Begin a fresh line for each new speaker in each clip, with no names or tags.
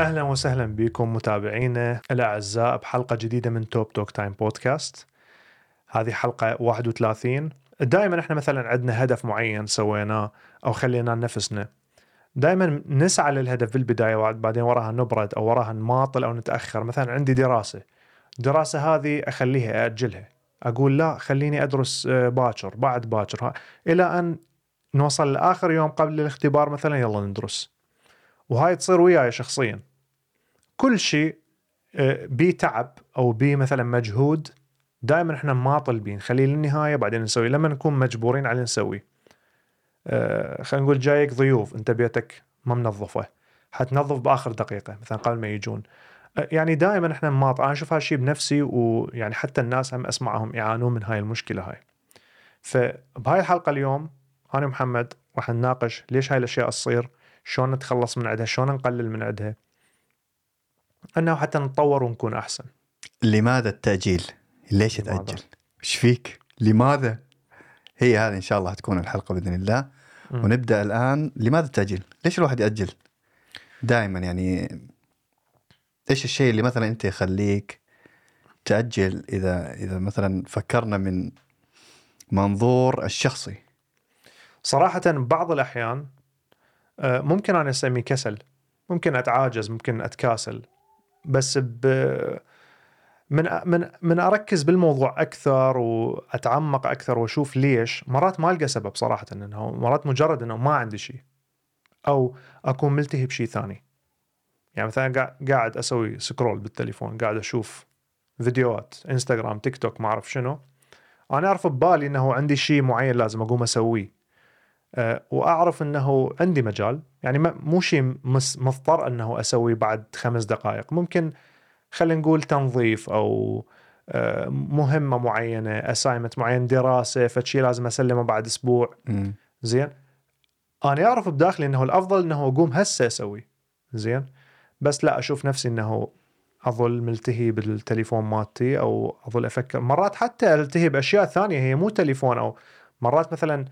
اهلا وسهلا بكم متابعينا الاعزاء بحلقه جديده من توب توك تايم بودكاست هذه حلقه 31 دائما احنا مثلا عندنا هدف معين سويناه او خليناه لنفسنا دائما نسعى للهدف بالبدايه وبعدين وراها نبرد او وراها نماطل او نتاخر مثلا عندي دراسه الدراسه هذه اخليها ااجلها اقول لا خليني ادرس آه، باكر بعد باكر ها- الى ان نوصل لاخر يوم قبل الاختبار مثلا يلا ندرس وهاي تصير وياي شخصيا كل شيء آه، بيه تعب او بيه مثلا مجهود دائما احنا ما طالبين خليه للنهايه بعدين نسوي لما نكون مجبورين على نسوي آه، خلينا نقول جايك ضيوف انت بيتك ما منظفه حتنظف باخر دقيقه مثلا قبل ما يجون آه، يعني دائما احنا نماط انا اشوف هالشيء بنفسي ويعني حتى الناس هم اسمعهم يعانون من هاي المشكله هاي فبهاي الحلقه اليوم انا ومحمد راح نناقش ليش هاي الاشياء تصير شلون نتخلص من عندها شلون نقلل من عندها انه حتى نتطور ونكون احسن
لماذا التأجيل؟ ليش
لماذا؟
تأجل؟ ايش فيك؟ لماذا؟ هي هذه إن شاء الله حتكون الحلقة بإذن الله
مم.
ونبدأ الآن لماذا التأجيل؟ ليش الواحد يأجل؟ دائما يعني ايش الشيء اللي مثلا أنت يخليك تأجل إذا إذا مثلا فكرنا من منظور الشخصي
صراحة بعض الأحيان آه، ممكن أنا أسميه كسل ممكن أتعاجز ممكن أتكاسل بس ب من من من اركز بالموضوع اكثر واتعمق اكثر واشوف ليش مرات ما القى سبب صراحه انه مرات مجرد انه ما عندي شيء او اكون ملتهي بشيء ثاني يعني مثلا قا- قاعد اسوي سكرول بالتليفون قاعد اشوف فيديوهات انستغرام تيك توك ما اعرف شنو انا اعرف ببالي انه عندي شيء معين لازم اقوم اسويه أه، واعرف انه عندي مجال يعني ما- مو شيء مس- مضطر انه اسويه بعد خمس دقائق ممكن خلينا نقول تنظيف او أه، مهمه معينه اسايمنت معين دراسه فشي لازم اسلمه بعد اسبوع
مم.
زين انا اعرف بداخلي انه الافضل انه اقوم هسه اسوي زين بس لا اشوف نفسي انه اظل ملتهي بالتليفون مالتي او اظل افكر مرات حتى التهي باشياء ثانيه هي مو تليفون او مرات مثلا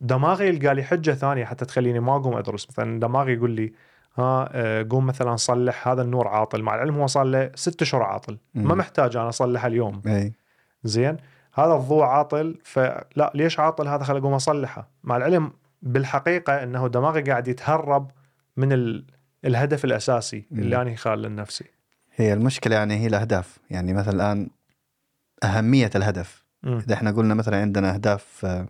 دماغي يلقى لي حجه ثانيه حتى تخليني ما اقوم ادرس مثلا دماغي يقول لي ها آه، قوم مثلا صلح هذا النور عاطل مع العلم هو صار له ست اشهر عاطل ما
مم.
محتاج انا اصلحه اليوم
اي
زين هذا الضوء عاطل فلا ليش عاطل هذا خليني اقوم اصلحه مع العلم بالحقيقه انه دماغي قاعد يتهرب من ال... الهدف الاساسي
مم.
اللي انا خال لنفسي
هي المشكلة يعني هي الأهداف يعني مثلا الآن أهمية الهدف
مم.
اذا احنا قلنا مثلا عندنا اهداف آه،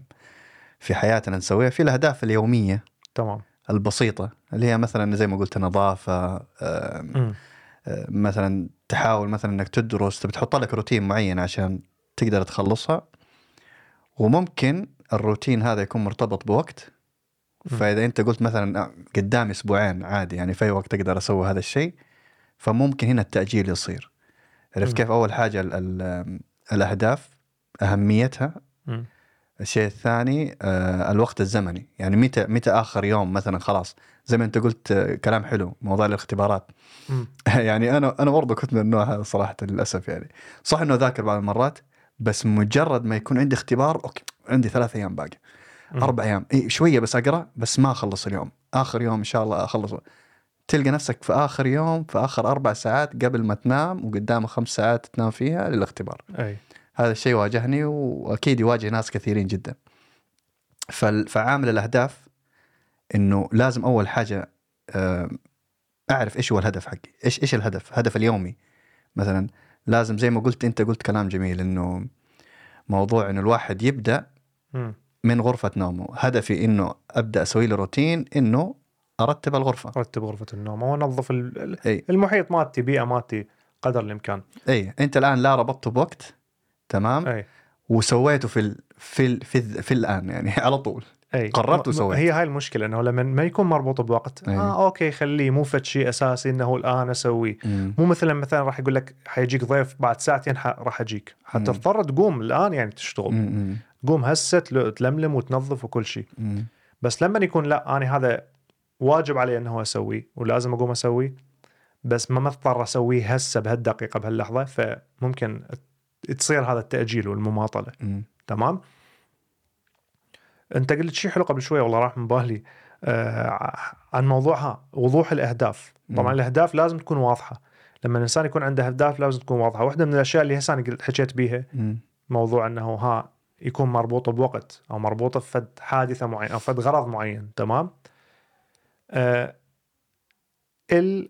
في حياتنا نسويها في الاهداف اليوميه
تمام
البسيطه اللي هي مثلا زي ما قلت نظافه آه،
مم.
آه، مثلا تحاول مثلا انك تدرس تبي تحط لك روتين معين عشان تقدر تخلصها وممكن الروتين هذا يكون مرتبط بوقت
مم.
فاذا انت قلت مثلا آه، قدامي اسبوعين عادي يعني في اي وقت اقدر اسوي هذا الشيء فممكن هنا التاجيل يصير عرفت
مم.
كيف اول حاجه ال ال الاهداف اهميتها
مم.
الشيء الثاني آه، الوقت الزمني يعني متى متى اخر يوم مثلا خلاص زي ما انت قلت آه، كلام حلو موضوع الاختبارات
مم.
يعني انا انا برضه كنت من النوع هذا صراحه للاسف يعني صح انه اذاكر بعض المرات بس مجرد ما يكون عندي اختبار اوكي عندي ثلاث ايام باقي
مم.
اربع ايام إيه شويه بس اقرا بس ما اخلص اليوم اخر يوم ان شاء الله اخلصه تلقى نفسك في اخر يوم في اخر اربع ساعات قبل ما تنام وقدامه خمس ساعات تنام فيها للاختبار
اي
هذا الشيء واجهني واكيد يواجه ناس كثيرين جدا فال- فعامل الاهداف انه لازم اول حاجه آه، اعرف ايش هو الهدف حقي ايش ايش الهدف هدف اليومي مثلا لازم زي ما قلت انت قلت كلام جميل انه موضوع انه الواحد يبدا
مم.
من غرفه نومه هدفي انه ابدا اسوي لي روتين انه ارتب الغرفه
رتب غرفه النوم او انظف ال- ال-
اي
المحيط مالتي بيئه مالتي قدر الامكان
اي انت الان لا ربطته بوقت تمام
اي
وسويته في ال... في ال... في, ال... في الان يعني على طول
اي
قررت
م- م-
وسويت.
هي هاي المشكله انه لما ما يكون مربوط بوقت
أي.
اه اوكي خليه مو فد شيء اساسي انه الان اسويه مو مثلا مثلا راح يقول لك حيجيك ضيف بعد ساعتين ح- راح اجيك حتضطر تقوم الان يعني تشتغل
مم.
تقوم هسه تل- تلملم وتنظف وكل شيء
مم.
بس لما يكون لا انا هذا واجب علي انه اسويه ولازم اقوم اسويه بس ما مضطر اسويه هسه بهالدقيقه بهاللحظه فممكن ت- تصير هذا التاجيل والمماطله
مم.
تمام انت قلت شيء حلو قبل شوي والله راح من بالي آه، عن موضوعها وضوح الاهداف طبعا
مم.
الاهداف لازم تكون واضحه لما الانسان يكون عنده اهداف لازم تكون واضحه واحده من الاشياء اللي هسه أنا قلت حكيت بيها
مم.
موضوع انه ها يكون مربوطه بوقت او مربوطه بفد حادثه معينه او فد غرض معين تمام آه ال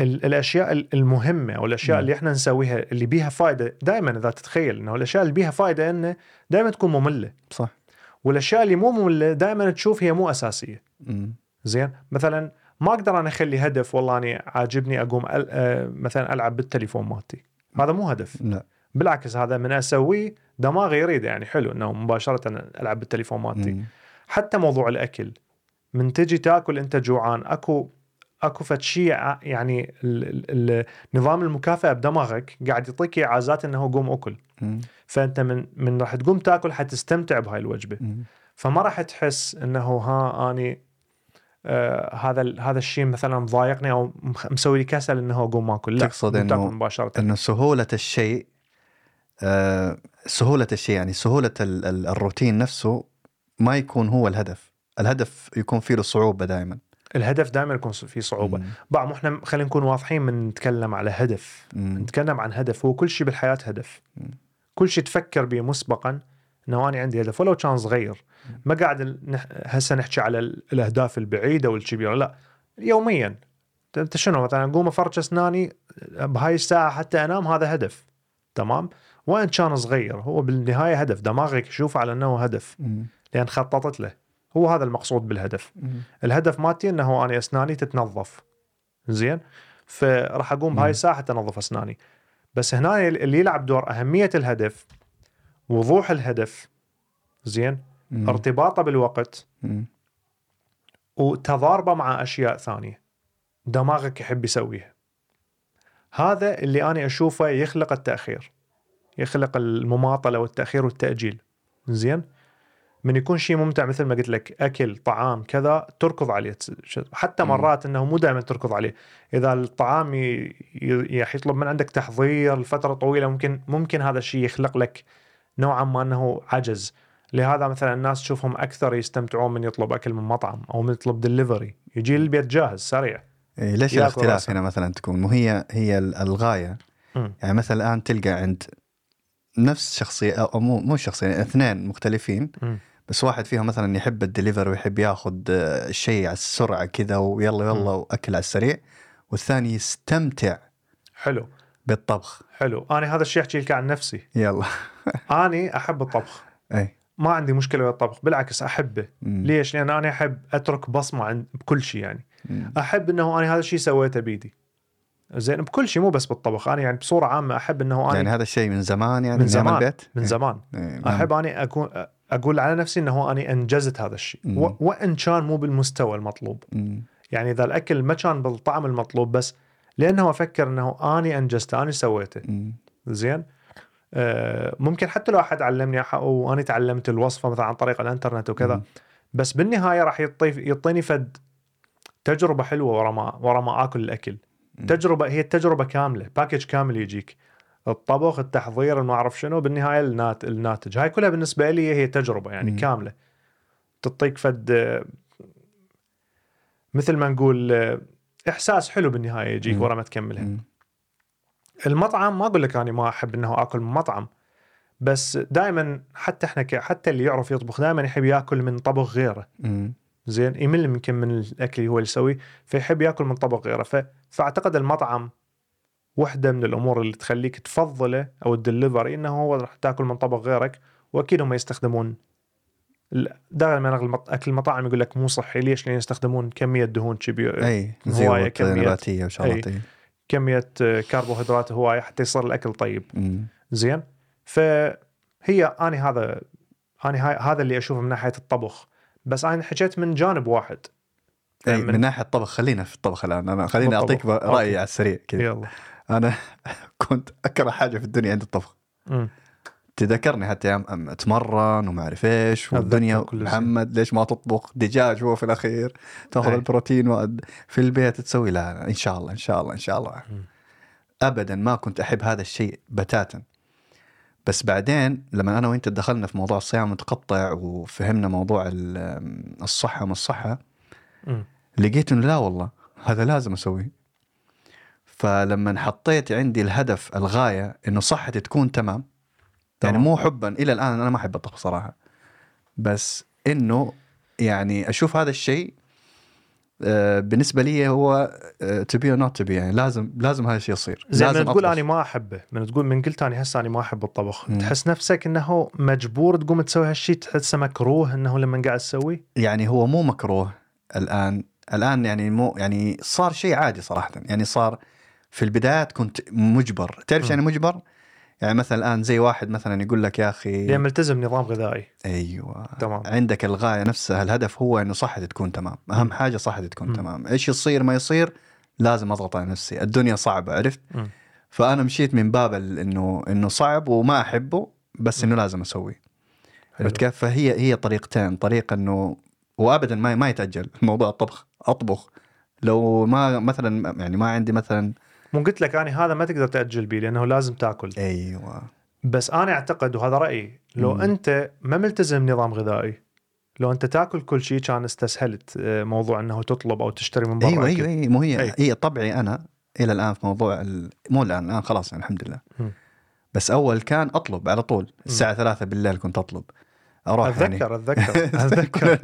ال الاشياء ال- المهمه او الاشياء
مم.
اللي احنا نسويها اللي بيها فائده دائما اذا تتخيل انه الاشياء اللي بيها فائده انه دائما تكون ممله
صح
والاشياء اللي مو ممله دائما تشوف هي مو اساسيه
مم.
زين مثلا ما اقدر انا اخلي هدف والله انا عاجبني اقوم أل... آه، مثلا العب بالتليفون مالتي هذا مو هدف
لا
بالعكس هذا من اسويه دماغي يريد يعني حلو انه مباشره العب بالتليفون مالتي
مم.
حتى موضوع الاكل من تجي تاكل انت جوعان اكو اكو فد شيء ع- يعني ال- ال- ال- نظام المكافاه بدماغك قاعد يعطيك عازات انه قوم اكل
مم.
فانت من من راح تقوم تاكل حتستمتع بهاي الوجبه
مم.
فما راح تحس انه ها اني آه هذا ال- هذا الشيء مثلا ضايقني او مخ- مسوي لي كسل انه اقوم اكل لا
تقصد
تقوم
إنه-
تاكل مباشره
انه سهوله الشيء آه سهوله الشيء يعني سهوله ال- ال- الروتين نفسه ما يكون هو الهدف الهدف يكون فيه له صعوبه دائما
الهدف دائما يكون في صعوبه بقى مو احنا خلينا نكون واضحين من نتكلم على هدف
مم.
نتكلم عن هدف هو كل شيء بالحياه هدف
مم.
كل شيء تفكر به مسبقا انه انا عندي هدف ولو كان صغير
مم.
ما قاعد نح- هسه نحكي على ال- الاهداف البعيده والكبيره لا يوميا ت- انت شنو مثلا اقوم افرش اسناني بهاي الساعه حتى انام هذا هدف تمام وان كان صغير هو بالنهايه هدف دماغك يشوفه على انه هدف
مم.
لان خططت له هو هذا المقصود بالهدف
مم.
الهدف مالتي انه انا اسناني تتنظف زين فراح اقوم
مم.
بهاي الساعه حتى انظف اسناني بس هنا اللي يلعب دور اهميه الهدف وضوح الهدف زين
مم.
ارتباطه بالوقت
مم.
وتضاربه مع اشياء ثانيه دماغك يحب يسويها هذا اللي انا اشوفه يخلق التاخير يخلق المماطله والتاخير والتاجيل زين من يكون شيء ممتع مثل ما قلت لك اكل طعام كذا تركض عليه تس- ش- حتى
مم.
مرات انه مو دائما تركض عليه اذا الطعام ي- ي- يح- يطلب من عندك تحضير لفتره طويله ممكن ممكن هذا الشيء يخلق لك نوعا ما انه عجز لهذا مثلا الناس تشوفهم اكثر يستمتعون من يطلب اكل من مطعم او من يطلب دليفري يجي للبيت جاهز سريع
إيه، ليش
ياكل
الاختلاف
رأسه.
هنا مثلا تكون مو هي هي ال- الغايه
مم.
يعني مثلا الان تلقى عند نفس شخصيه او أو مو مو شخصيه يعني اثنين مختلفين
مم.
بس واحد فيهم مثلا يحب الدليفري ويحب ياخذ آه، الشيء على السرعه كذا ويلا يلا واكل على السريع والثاني يستمتع
حلو
بالطبخ
حلو انا هذا الشيء احكي لك عن نفسي
يلا
انا احب الطبخ
اي
ما عندي مشكله ويا الطبخ بالعكس احبه
مم.
ليش؟ لان انا احب اترك بصمه عند بكل شيء يعني،
مم.
احب انه انا هذا الشيء سويته بيدي. زين بكل شيء مو بس بالطبخ، انا يعني بصوره عامه احب انه انا
يعني
يعني
هذا الشيء من زمان يعني
من
أيام
زمان.
البيت إيه، نعم.
من زمان
زمان
احب اني اكون اقول على نفسي انه انا انجزت هذا الشيء،
مم.
و- وان كان مو بالمستوى المطلوب، يعني اذا الاكل ما كان بالطعم المطلوب بس لانه افكر انه اني انجزته، اني سويته، زين؟ آه، ممكن حتى لو احد علمني أح- واني تعلمت الوصفه مثلا عن طريق الانترنت وكذا بس بالنهايه راح يعطي يعطيني فد تجربه حلوه ورا ما ورا ما اكل الاكل
مم.
تجربه هي التجربه كامله باكج كامل يجيك الطبخ التحضير ما اعرف شنو بالنهايه النات الناتج هاي كلها بالنسبه لي هي تجربه يعني
مم.
كامله تعطيك فد آه، مثل ما نقول آه، احساس حلو بالنهايه يجيك
مم.
ورا ما تكملها المطعم ما اقول لك اني ما احب انه اكل من مطعم بس دائما حتى احنا ك- حتى اللي يعرف يطبخ دائما يحب ياكل من طبخ غيره زين يمل يمكن من الاكل اللي هو اللي يسويه فيحب ياكل من طبق غيره ف... فاعتقد المطعم واحده من الامور اللي تخليك تفضله او الدليفري انه هو راح تاكل من طبق غيرك واكيد هم يستخدمون ال- دائما أغلب اكل المطاعم يقول لك مو صحي ليش؟ لان يستخدمون كميه دهون كبيره
اي
إيه. هواية إيه.
زيوت
كميات.
نباتيه وشغلات أي.
كميه آه، كربوهيدرات هوايه حتى يصير الاكل طيب زين فهي انا هذا انا هاي- هذا اللي اشوفه من ناحيه الطبخ بس انا حكيت من جانب واحد
أي.
من-
إيه، من ناحيه الطبخ خلينا في الطبخ الان انا خليني
بالطبخ.
اعطيك
أوكي.
رايي على السريع كذا
يلا
انا كنت اكره حاجه في الدنيا عند الطبخ
مم.
تذكرني حتى ايام أم- اتمرن وما اعرف ايش
أتذكر
والدنيا
كل شيء.
محمد ليش ما تطبخ دجاج هو في الاخير تاخذ
أي.
البروتين وأد... في البيت تسوي لا ان شاء الله ان شاء الله ان شاء الله
مم.
ابدا ما كنت احب هذا الشيء بتاتا بس بعدين لما انا وانت دخلنا في موضوع الصيام المتقطع وفهمنا موضوع ال- الصحه ما الصحه
مم.
لقيت انه لا والله هذا لازم اسويه فلما حطيت عندي الهدف الغايه انه صحتي تكون تمام يعني
تمام.
مو حبا الى الان انا ما احب الطبخ صراحه بس انه يعني اشوف هذا الشيء آه، بالنسبه لي هو آه، تو بي نوت تو بي يعني لازم لازم هذا الشيء يصير
زي
لازم
ما تقول
أطبخ.
انا ما احبه من تقول من قلت انا هسه انا ما احب الطبخ
مم.
تحس نفسك انه مجبور تقوم تسوي هالشيء تحسه مكروه انه لما قاعد تسوي
يعني هو مو مكروه الان الان يعني مو يعني صار شيء عادي صراحه يعني صار في البدايات كنت مجبر تعرف
م.
يعني مجبر يعني مثلا الان زي واحد مثلا يقول لك يا اخي
لان ملتزم نظام غذائي
ايوه
تمام
عندك الغايه نفسها الهدف هو انه صحتي تكون تمام
م.
اهم حاجه صحتي تكون
م.
تمام ايش يصير ما يصير لازم اضغط على نفسي الدنيا صعبه عرفت
م.
فانا مشيت من باب ال- انه انه صعب وما احبه بس انه لازم اسويه
حلو.
عرفت كيف؟ فهي هي طريقتين، طريقه انه وابدا ما ما يتاجل موضوع الطبخ، اطبخ لو ما مثلا يعني ما عندي مثلا
مو قلت لك انا هذا ما تقدر تاجل بيه لانه لازم تاكل
ايوه
بس انا اعتقد وهذا رايي لو
مم.
انت ما ملتزم نظام غذائي لو انت تاكل كل شيء كان استسهلت آه، موضوع انه تطلب او تشتري من برا
ايوه
أكل.
ايوه ايوه مو هي
أي.
هي طبعي انا الى الان في موضوع ال- مو الان الان خلاص يعني الحمد لله
مم.
بس اول كان اطلب على طول الساعه 3 بالليل كنت اطلب اروح يعني
اتذكر اتذكر اتذكر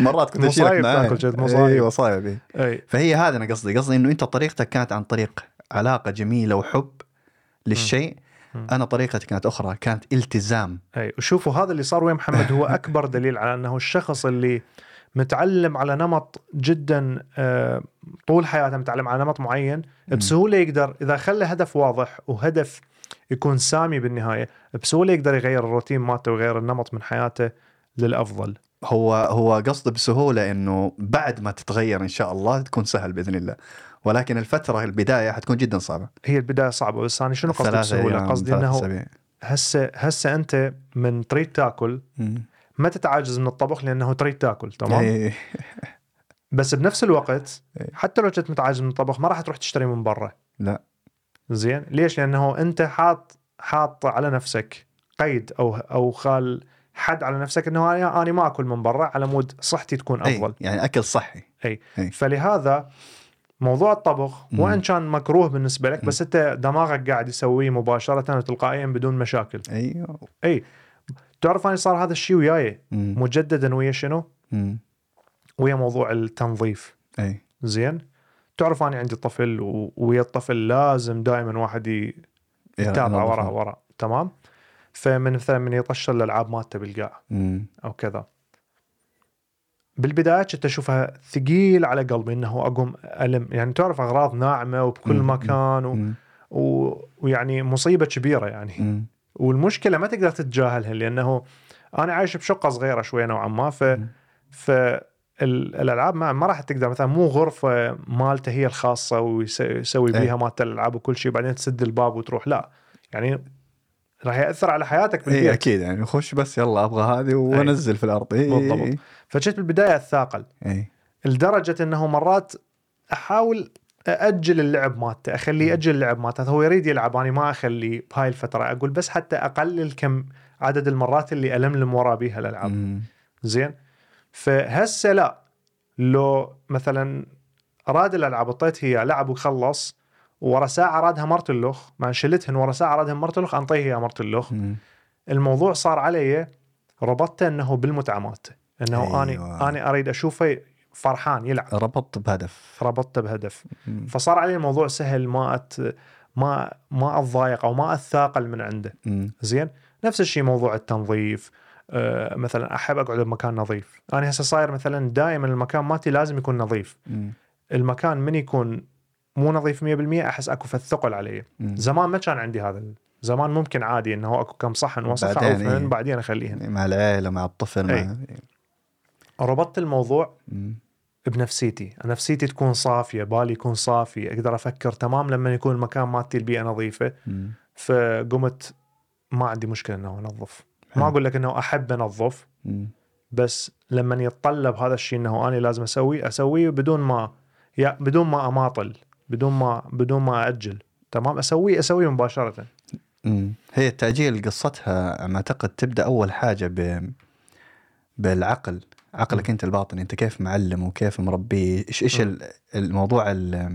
مرات كنت
مصايب
اشيلك معاي
تاكل جد، مصايب.
ايوه مصايب إيه.
اي
فهي هذا انا قصدي قصدي انه انت طريقتك كانت عن طريق علاقه جميله وحب للشيء
مم.
انا طريقتي كانت اخرى كانت التزام
اي وشوفوا هذا اللي صار ويا محمد هو اكبر دليل على انه الشخص اللي متعلم على نمط جدا آه، طول حياته متعلم على نمط معين بسهوله يقدر اذا خلى هدف واضح وهدف يكون سامي بالنهايه بسهوله يقدر يغير الروتين مالته ويغير النمط من حياته للافضل
هو هو قصده بسهوله انه بعد ما تتغير ان شاء الله تكون سهل باذن الله ولكن الفتره البدايه حتكون جدا صعبه
هي البدايه صعبه بس انا شنو قصدي
ثلاثة
بسهوله
أيام،
قصدي
ثلاثة
انه
أسابيع.
هسه هسه انت من تريد تاكل
مم.
ما تتعاجز من الطبخ لانه تريد تاكل تمام
إيه.
بس بنفس الوقت
إيه.
حتى لو كنت متعاجز من الطبخ ما راح تروح تشتري من برا
لا.
زين ليش لانه انت حاط حاط على نفسك قيد او او خال حد على نفسك انه انا انا ما اكل من برا على مود صحتي تكون
أي،
افضل
يعني اكل صحي أي.
فلهذا موضوع الطبخ
مم.
وان كان مكروه بالنسبه لك بس انت دماغك قاعد يسويه مباشره وتلقائيا بدون مشاكل
ايوه
تعرف انا صار هذا الشيء وياي
مم.
مجددا ويا شنو
مم. إيه.
ويا موضوع التنظيف
اي
زين تعرف انا عندي طفل و- ويا الطفل لازم دائما واحد ي- يتابع
يلا،
ورا ورا تمام فمن مثلا من يطشر الالعاب مالته بالقاع
مم.
او كذا بالبدايات كنت اشوفها ثقيل على قلبي انه اقوم الم يعني تعرف اغراض ناعمه وبكل
مم.
مكان و...
مم.
و... ويعني مصيبه كبيره يعني
مم.
والمشكله ما تقدر تتجاهلها لانه انا عايش بشقه صغيره شويه نوعا ما ف
مم.
فالالعاب ما, ما راح تقدر مثلا مو غرفه مالته هي الخاصه ويسوي
إيه.
بيها مالته الالعاب وكل شيء بعدين تسد الباب وتروح لا يعني راح ياثر على حياتك
اي
بالبيت
اكيد يعني خش بس يلا ابغى هذه وانزل في إيه، الارض اي
بالضبط. فجيت بالبدايه اتثاقل
اي
لدرجه انه مرات احاول ااجل اللعب مالته اخليه ياجل اللعب مالته هو يريد يلعب انا ما اخليه بهاي الفتره اقول بس حتى اقلل كم عدد المرات اللي الملم وراه بيها الالعاب
مم.
زين فهسه لا لو مثلا راد الالعاب اعطيت هي لعب وخلص ورا ساعه رادها مرت اللخ ما شلتهن ورا ساعه رادهن مرت اللخ انطيه هي مرت اللخ
مم.
الموضوع صار علي ربطته انه بالمتعه مالته انه أيوة.
أيوة.
انا انا اريد اشوفه فرحان يلعب
ربطت بهدف
ربطته بهدف
مم.
فصار علي الموضوع سهل ما أت... ما ما اتضايق او ما اتثاقل من عنده
مم.
زين نفس الشيء موضوع التنظيف آه، مثلا احب اقعد بمكان نظيف انا هسه صاير مثلا دائما المكان مالتي لازم يكون نظيف
مم.
المكان من يكون مو نظيف 100% احس اكو فالثقل علي
مم.
زمان ما كان عندي هذا زمان ممكن عادي انه اكو كم صحن وصفه او
بعدين إيه.
اثنين بعدين اخليهن
مع العيله مع الطفل
إيه.
مع
ربطت الموضوع
مم.
بنفسيتي نفسيتي تكون صافيه بالي يكون صافي اقدر افكر تمام لما يكون المكان مالتي البيئه نظيفه
مم.
فقمت ما عندي مشكله انه انظف ما
حلو.
اقول لك انه احب انظف
مم.
بس لما يتطلب هذا الشيء انه انا لازم اسويه اسويه بدون ما يا بدون ما اماطل بدون ما بدون ما اجل تمام اسويه اسويه مباشره
مم. هي التأجيل قصتها أنا أعتقد تبدأ أول حاجة ب... بالعقل عقلك أنت الباطن أنت كيف معلم وكيف مربيه إيش إيش
مم.
ال- الموضوع ال...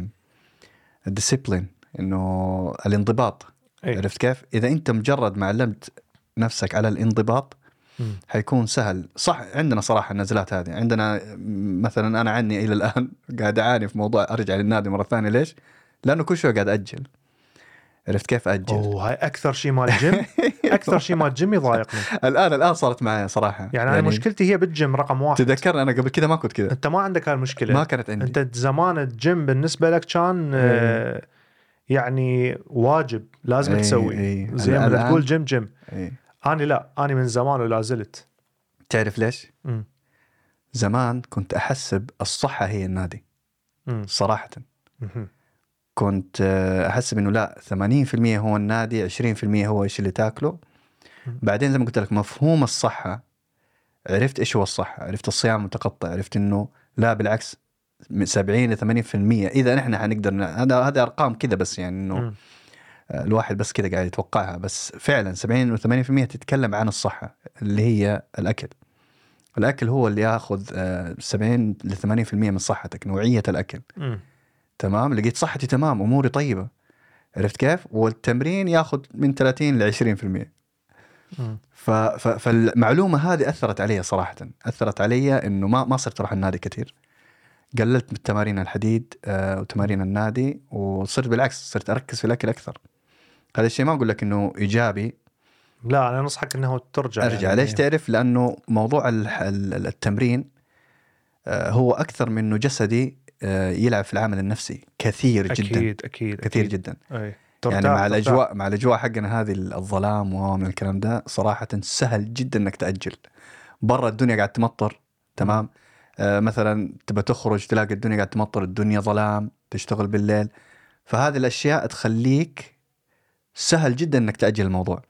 الديسيبلين إنه الانضباط
أي.
عرفت كيف إذا أنت مجرد ما علمت نفسك على الانضباط
مم.
حيكون سهل صح عندنا صراحة النزلات هذه عندنا م- مثلا أنا عني إلى الآن قاعد أعاني في موضوع أرجع للنادي مرة ثانية ليش؟ لأنه كل شوي قاعد أجل عرفت كيف أجل
اوه هاي اكثر شيء مال الجيم اكثر شيء مال الجيم يضايقني
الان الان صارت معي صراحه
يعني انا مشكلتي هي بالجيم رقم واحد
تذكرنا انا قبل كذا ما كنت كذا
انت ما عندك هاي المشكله
ما كانت عندي إيه.
انت زمان الجيم بالنسبه لك كان آه، يعني واجب لازم
إي،
تسوي
إي.
زي
إيه، الآن-
ما تقول جيم جيم
إي.
انا لا انا من زمان ولا زلت
تعرف ليش؟
مم.
زمان كنت احسب الصحه هي النادي
مم.
صراحه
مهم.
كنت آه، احسب انه لا 80% هو النادي 20% هو ايش اللي تاكله
مم.
بعدين زي ما قلت لك مفهوم الصحه عرفت ايش هو الصحه عرفت الصيام المتقطع عرفت انه لا بالعكس من 70 ل 80% اذا نحن حنقدر ن- هذا هذا ارقام كذا بس يعني انه
مم.
الواحد بس كده قاعد يتوقعها بس فعلا 70 و80% تتكلم عن الصحه اللي هي الاكل الاكل هو اللي ياخذ آه، 70 ل 80% من صحتك نوعيه الاكل
مم.
تمام لقيت صحتي تمام اموري طيبه عرفت كيف والتمرين ياخذ من 30 ل 20%
مم.
ف... ف... فالمعلومه هذه اثرت علي صراحه اثرت علي انه ما ما صرت اروح النادي كثير قللت من تمارين الحديد آه، وتمارين النادي وصرت بالعكس صرت اركز في الاكل اكثر هذا الشيء ما اقول لك انه ايجابي
لا انا انصحك انه ترجع يعني.
ارجع ليش تعرف لانه موضوع الح- ال- التمرين آه، هو اكثر من انه جسدي آه، يلعب في العامل النفسي كثير
اكيد
جدا
اكيد اكيد
كثير جدا
أي.
يعني مع
ترتاح- ترتاح.
الاجواء مع الاجواء حقنا هذه الظلام ومن الكلام ده صراحه سهل جدا انك تاجل برا الدنيا قاعد تمطر تمام آه مثلا تبى تخرج تلاقي الدنيا قاعد تمطر الدنيا ظلام تشتغل بالليل فهذه الاشياء تخليك سهل جدا انك تاجل الموضوع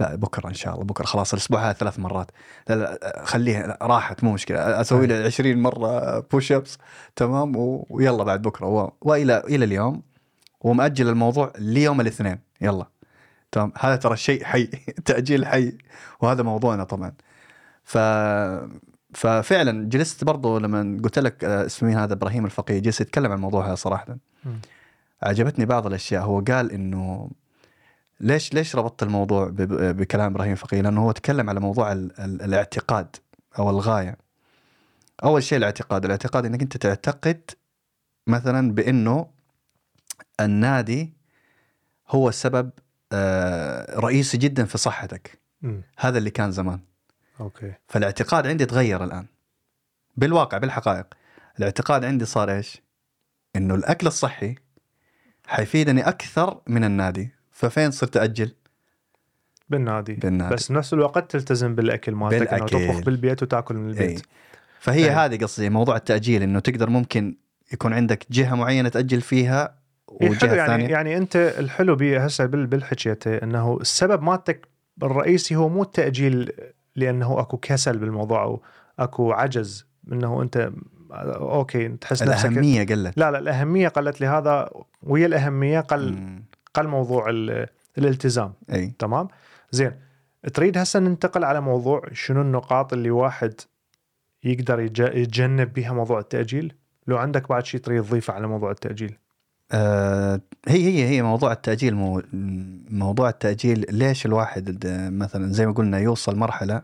لا بكره ان شاء الله بكره خلاص الاسبوع هذا ثلاث مرات لا لا خليها لا، راحت مو مشكله اسوي لي 20 مره بوش ابس تمام و- ويلا بعد بكره و- والى الى اليوم ومأجل الموضوع ليوم الاثنين يلا تمام هذا ترى شيء حي تأجيل حي وهذا موضوعنا طبعا ف ففعلا جلست برضو لما قلت لك آه، اسمه مين هذا ابراهيم الفقيه جلس يتكلم عن الموضوع هذا صراحه
مم.
عجبتني بعض الاشياء هو قال انه ليش ليش ربطت الموضوع ب- ب- بكلام ابراهيم الفقيه لانه هو تكلم على موضوع ال- ال- الاعتقاد او الغايه اول شيء الاعتقاد الاعتقاد انك انت تعتقد مثلا بانه النادي هو سبب آه، رئيسي جدا في صحتك
مم.
هذا اللي كان زمان
اوكي
فالاعتقاد عندي تغير الان بالواقع بالحقائق الاعتقاد عندي صار ايش انه الاكل الصحي حيفيدني اكثر من النادي ففين صرت اجل
بالنادي
بالنادي
بس بنفس الوقت تلتزم بالاكل مالتك انه
بالأكل.
تطبخ بالبيت وتاكل من
اي
البيت
فهي
أي.
هذه قصدي موضوع التاجيل انه تقدر ممكن يكون عندك جهه معينه تاجل فيها
إيه
وجهه
حلو
يعني
يعني
ثانيه
يعني انت الحلو بي هسه بال- بالحكيته انه السبب مالتك الرئيسي هو مو التاجيل لانه اكو كسل بالموضوع او اكو عجز انه انت اوكي تحس نفسك
الاهميه قلت
لا لا الاهميه قلت لهذا ويا الاهميه قل
مم.
قل موضوع ال- الالتزام
اي
تمام زين تريد هسه ننتقل على موضوع شنو النقاط اللي واحد يقدر يتج- يتجنب بها موضوع التاجيل لو عندك بعد شيء تريد تضيفه على موضوع التاجيل
آه، هي هي هي موضوع التأجيل مو موضوع التأجيل ليش الواحد د- مثلا زي ما قلنا يوصل مرحلة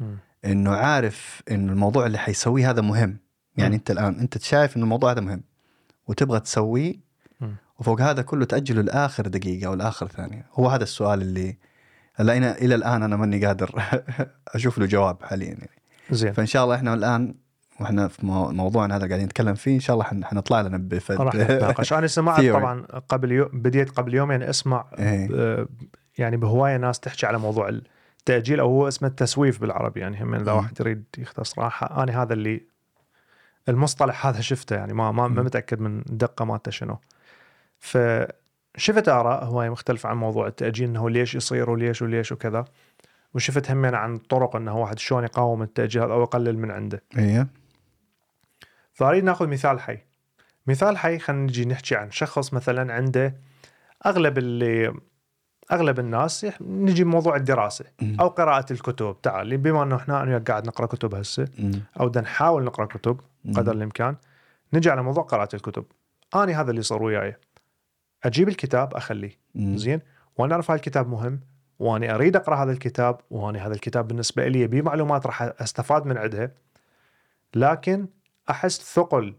مم.
انه عارف انه الموضوع اللي حيسويه هذا مهم
مم.
يعني انت الان انت شايف انه الموضوع هذا مهم وتبغى تسويه
مم.
وفوق هذا كله تأجله لآخر دقيقة او لآخر ثانية هو هذا السؤال اللي لا أنا إلى الآن أنا ماني قادر أشوف له جواب حاليا يعني.
زين
فان شاء الله احنا الان واحنا في مو- موضوعنا هذا قاعدين نتكلم فيه ان شاء الله حن- حنطلع لنا بفد
راح نتناقش انا سمعت
theory.
طبعا قبل يو... بديت قبل يومين اسمع
إيه.
آه، يعني بهوايه ناس تحكي على موضوع التاجيل او هو اسمه التسويف بالعربي يعني هم اذا
مم.
واحد يريد يختص راحه انا هذا اللي المصطلح هذا شفته يعني ما ما, ما
مم.
متاكد من الدقه مالته شنو فشفت اراء هوايه مختلفه عن موضوع التاجيل انه ليش يصير وليش وليش وكذا وشفت همين عن طرق انه واحد شلون يقاوم التاجيل هذا او يقلل من عنده
ايوه
فاريد ناخذ مثال حي مثال حي خلينا نجي نحكي عن شخص مثلا عنده اغلب اللي اغلب الناس يح- نجي بموضوع الدراسه
مم.
او قراءه الكتب تعال بما انه احنا انا وياك قاعد نقرا كتب هسه
مم.
او بدنا نحاول نقرا كتب قدر الامكان نجي على موضوع قراءه الكتب اني هذا اللي صار وياي اجيب الكتاب اخليه
مم.
زين وانا اعرف هذا الكتاب مهم واني اريد اقرا هذا الكتاب واني هذا الكتاب بالنسبه لي بيه معلومات راح استفاد من عندها لكن احس ثقل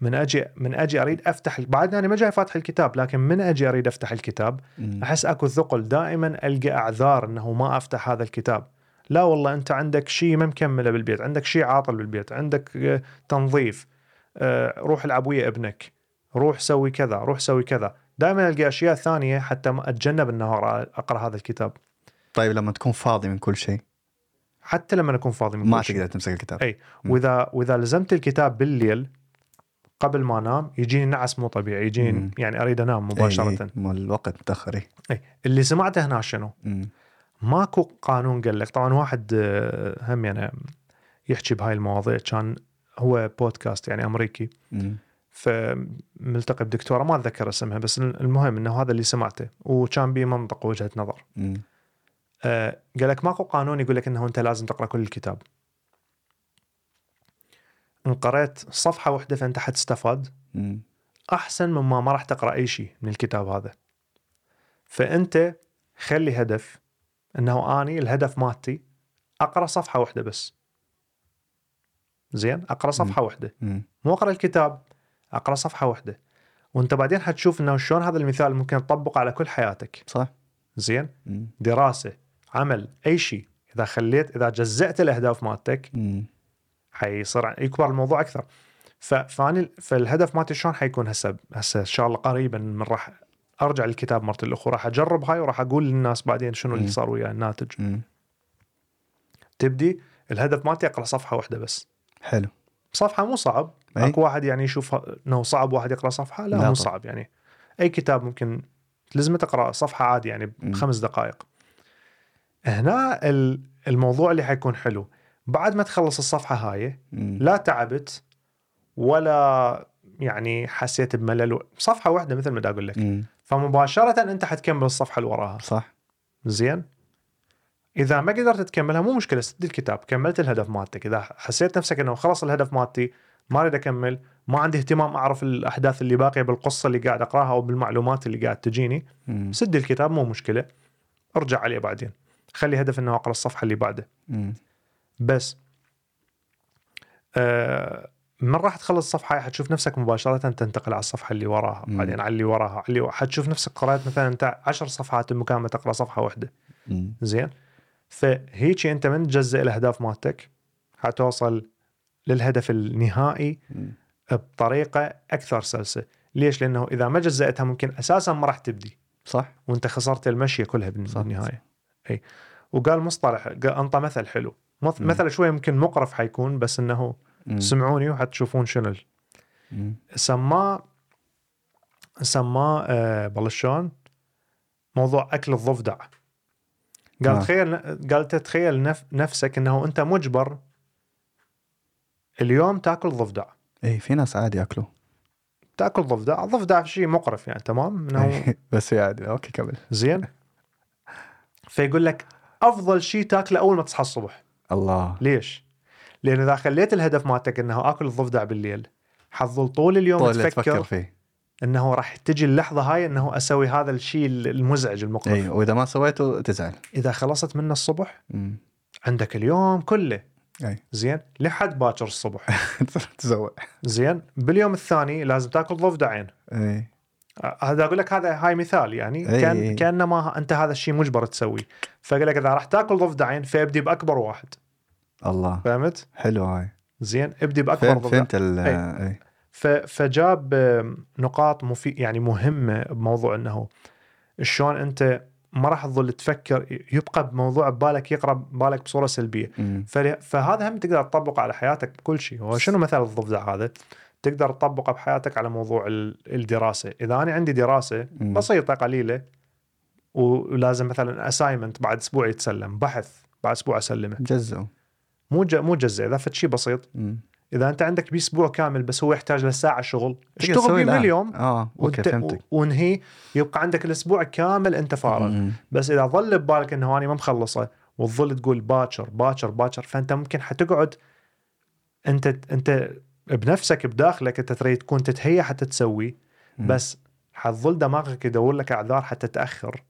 من اجي من اجي اريد افتح بعد انا ما جاي فاتح الكتاب لكن من اجي اريد افتح الكتاب
مم.
احس اكو ثقل دائما القى اعذار انه ما افتح هذا الكتاب لا والله انت عندك شيء ما مكمله بالبيت عندك شيء عاطل بالبيت عندك آه، تنظيف آه، روح العب ويا ابنك روح سوي كذا روح سوي كذا دائما القى اشياء ثانيه حتى ما اتجنب انه أقرأ- اقرا هذا الكتاب
طيب لما تكون فاضي من كل شيء
حتى لما اكون فاضي من
ما
كل شيء.
تقدر تمسك الكتاب
أي. واذا واذا لزمت الكتاب بالليل قبل ما انام يجيني نعس مو طبيعي يجيني
مم.
يعني اريد انام
إي،
مباشره
مو إيه، الوقت إيه. متاخر إي.
أي. اللي سمعته هنا شنو؟
مم.
ماكو قانون قال لك طبعا واحد آه، هم يعني يحكي بهاي المواضيع كان هو بودكاست يعني امريكي
مم.
فملتقي بدكتوره ما اتذكر اسمها بس المهم انه هذا اللي سمعته وكان به منطق وجهه نظر
مم.
آه، قال لك ماكو قانون يقول لك انه انت لازم تقرا كل الكتاب ان قرأت صفحه واحده فانت حتستفاد
مم.
احسن مما ما راح تقرا اي شيء من الكتاب هذا فانت خلي هدف انه اني الهدف مالتي اقرا صفحه واحده بس زين اقرا صفحه واحده
مم.
مو اقرا الكتاب اقرا صفحه واحده وانت بعدين حتشوف انه شلون هذا المثال ممكن تطبقه على كل حياتك
صح
زين
مم.
دراسه عمل اي شيء اذا خليت اذا جزأت الاهداف مالتك
مم.
حيصير ع- يكبر الموضوع اكثر ف- فاني فالهدف مالتي شلون حيكون هسه هسه ان شاء الله قريبا من راح ارجع للكتاب مره الاخرى راح اجرب هاي وراح اقول للناس بعدين شنو اللي
مم.
صار ويا الناتج
مم.
تبدي الهدف مالتي اقرا صفحه واحده بس
حلو إيه؟
صفحه مو صعب
أي. نعم.
اكو واحد يعني يشوف ه- انه صعب واحد يقرا صفحه لا,
لا
مو
طبعا.
صعب يعني اي كتاب ممكن لازم تقرا صفحه عادي يعني
مم.
بخمس دقائق هنا ال- الموضوع اللي حيكون حلو بعد ما تخلص الصفحه هاي
مم.
لا تعبت ولا يعني حسيت بملل صفحه واحده مثل ما دا اقول لك
مم.
فمباشره انت حتكمل الصفحه اللي وراها
صح
زين اذا ما قدرت تكملها مو مشكله سد الكتاب كملت الهدف مالتك اذا حسيت نفسك انه خلاص الهدف مالتي ما اريد اكمل ما عندي اهتمام اعرف الاحداث اللي باقيه بالقصه اللي قاعد اقراها او بالمعلومات اللي قاعد تجيني
مم.
سد الكتاب مو مشكله ارجع عليه بعدين خلي هدف انه اقرا الصفحه اللي بعده
مم.
بس آه، من راح تخلص صفحه حتشوف نفسك مباشره تنتقل على الصفحه اللي وراها
مم.
بعدين على اللي وراها على اللي و... حتشوف نفسك قرات مثلا انت 10 صفحات بمكان ما تقرا صفحه واحده
مم.
زين فهيجي انت من تجزئ الاهداف مالتك حتوصل للهدف النهائي
مم.
بطريقه اكثر سلسه ليش لانه اذا ما جزأتها ممكن اساسا ما راح تبدي
صح
وانت خسرت المشيه كلها بال-
صح.
بالنهايه اي وقال مصطلح قال انطى مثل حلو مث-
مم.
مثل شوي يمكن مقرف حيكون بس انه
مم.
سمعوني وحتشوفون شنو ال-
مم.
سماه سماه آه بالله شلون موضوع اكل الضفدع قال
آه.
تخيل قال تتخيل نف نفسك انه انت مجبر اليوم تاكل ضفدع
اي إيه، في ناس عادي ياكلوا
تاكل ضفدع ضفدع شيء مقرف يعني تمام انه
بس هي عادي اوكي كمل
زين فيقول لك افضل شيء تاكله اول ما تصحى الصبح
الله
ليش لان اذا خليت الهدف مالتك انه اكل الضفدع بالليل حتظل طول اليوم
طول اللي
تفكر,
طيب، تفكر فيه
انه راح تجي اللحظه هاي انه اسوي هذا الشيء المزعج المقرف
اي واذا إيه، ما سويته تزعل
اذا خلصت منه الصبح
مم.
عندك اليوم كله
أي.
زين لحد باكر الصبح
تزوق
زين باليوم الثاني لازم تاكل ضفدعين
اي
أ- هذا اقول لك هذا هاي مثال يعني
أي.
كان كانما انت هذا الشيء مجبر تسويه فاقول لك اذا راح تاكل ضفدعين فابدي باكبر واحد
الله
فهمت؟
حلو هاي
زين ابدي باكبر
فهمت
ضفدع
فهمت ال
أي.
اي
ف- فجاب آم، نقاط مفي يعني مهمه بموضوع انه شلون انت ما راح تظل تفكر يبقى بموضوع ببالك يقرا ببالك بصوره سلبيه
مم.
فل- فهذا هم تقدر تطبقه على حياتك بكل شيء هو شنو مثل الضفدع هذا تقدر تطبقه بحياتك على موضوع ال- الدراسه اذا انا عندي دراسه
مم.
بسيطه قليله ولازم مثلا اسايمنت بعد اسبوع يتسلم بحث بعد اسبوع اسلمه
جزوا
مو ج... مو جزء اذا فد شيء بسيط
مم.
اذا انت عندك باسبوع كامل بس هو يحتاج لساعه شغل
تقدر تسوي
اشتغل بيه
الآن.
باليوم
اه اوكي
وانت
فهمتك
وانهي يبقى عندك الاسبوع كامل انت فارغ
مم.
بس اذا ظل ببالك انه انا ما مخلصه وتظل تقول باكر باكر باكر فانت ممكن حتقعد انت انت بنفسك بداخلك انت تريد تكون تتهيأ حتى تسوي
مم.
بس حتظل دماغك يدور لك اعذار حتى تاخر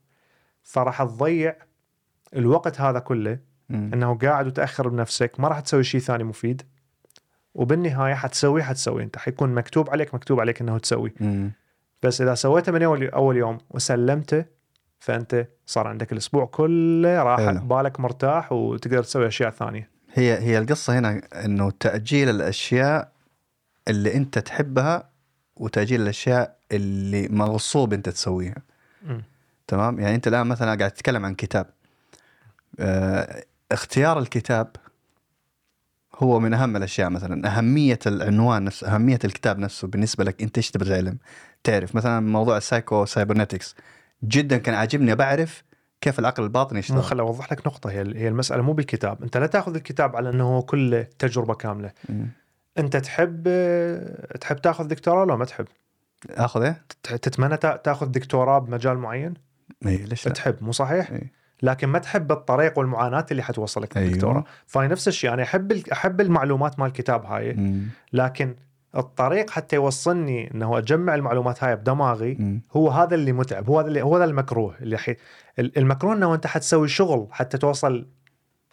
فراح تضيع الوقت هذا كله
مم.
انه قاعد وتاخر بنفسك ما راح تسوي شيء ثاني مفيد وبالنهايه حتسوي حتسوي انت حيكون مكتوب عليك مكتوب عليك انه تسوي
مم.
بس اذا سويته من اول اول يوم وسلمته فانت صار عندك الاسبوع كله راح
حلو.
بالك مرتاح وتقدر تسوي اشياء ثانيه
هي هي القصه هنا انه تاجيل الاشياء اللي انت تحبها وتاجيل الاشياء اللي مغصوب انت تسويها
مم.
تمام يعني انت الان مثلا قاعد تتكلم عن كتاب آه، اختيار الكتاب هو من اهم الاشياء مثلا اهميه العنوان نفسه اهميه الكتاب نفسه بالنسبه لك انت ايش تبغى تعلم تعرف مثلا موضوع السايكو سايبرنتكس جدا كان عاجبني بعرف كيف العقل الباطني
مو
يشتغل
خل اوضح لك نقطه هي هي المساله مو بالكتاب انت لا تاخذ الكتاب على انه هو كله تجربه كامله
مم.
انت تحب تحب تاخذ دكتوراه لو ما تحب
اخذ ايه؟
تت- تتمنى تا- تاخذ دكتوراه بمجال معين
اي إيه، ليش لا؟ إيه.
تحب مو صحيح
إي.
لكن ما تحب الطريق والمعاناه اللي حتوصلك
أيوه.
للدكتوراه فهي نفس الشيء انا احب ال- احب المعلومات مال الكتاب هاي
مم.
لكن الطريق حتى يوصلني انه اجمع المعلومات هاي بدماغي
مم.
هو هذا اللي متعب هو هذا اللي هو هذا المكروه اللي حي... ال- المكروه انه انت حتسوي شغل حتى توصل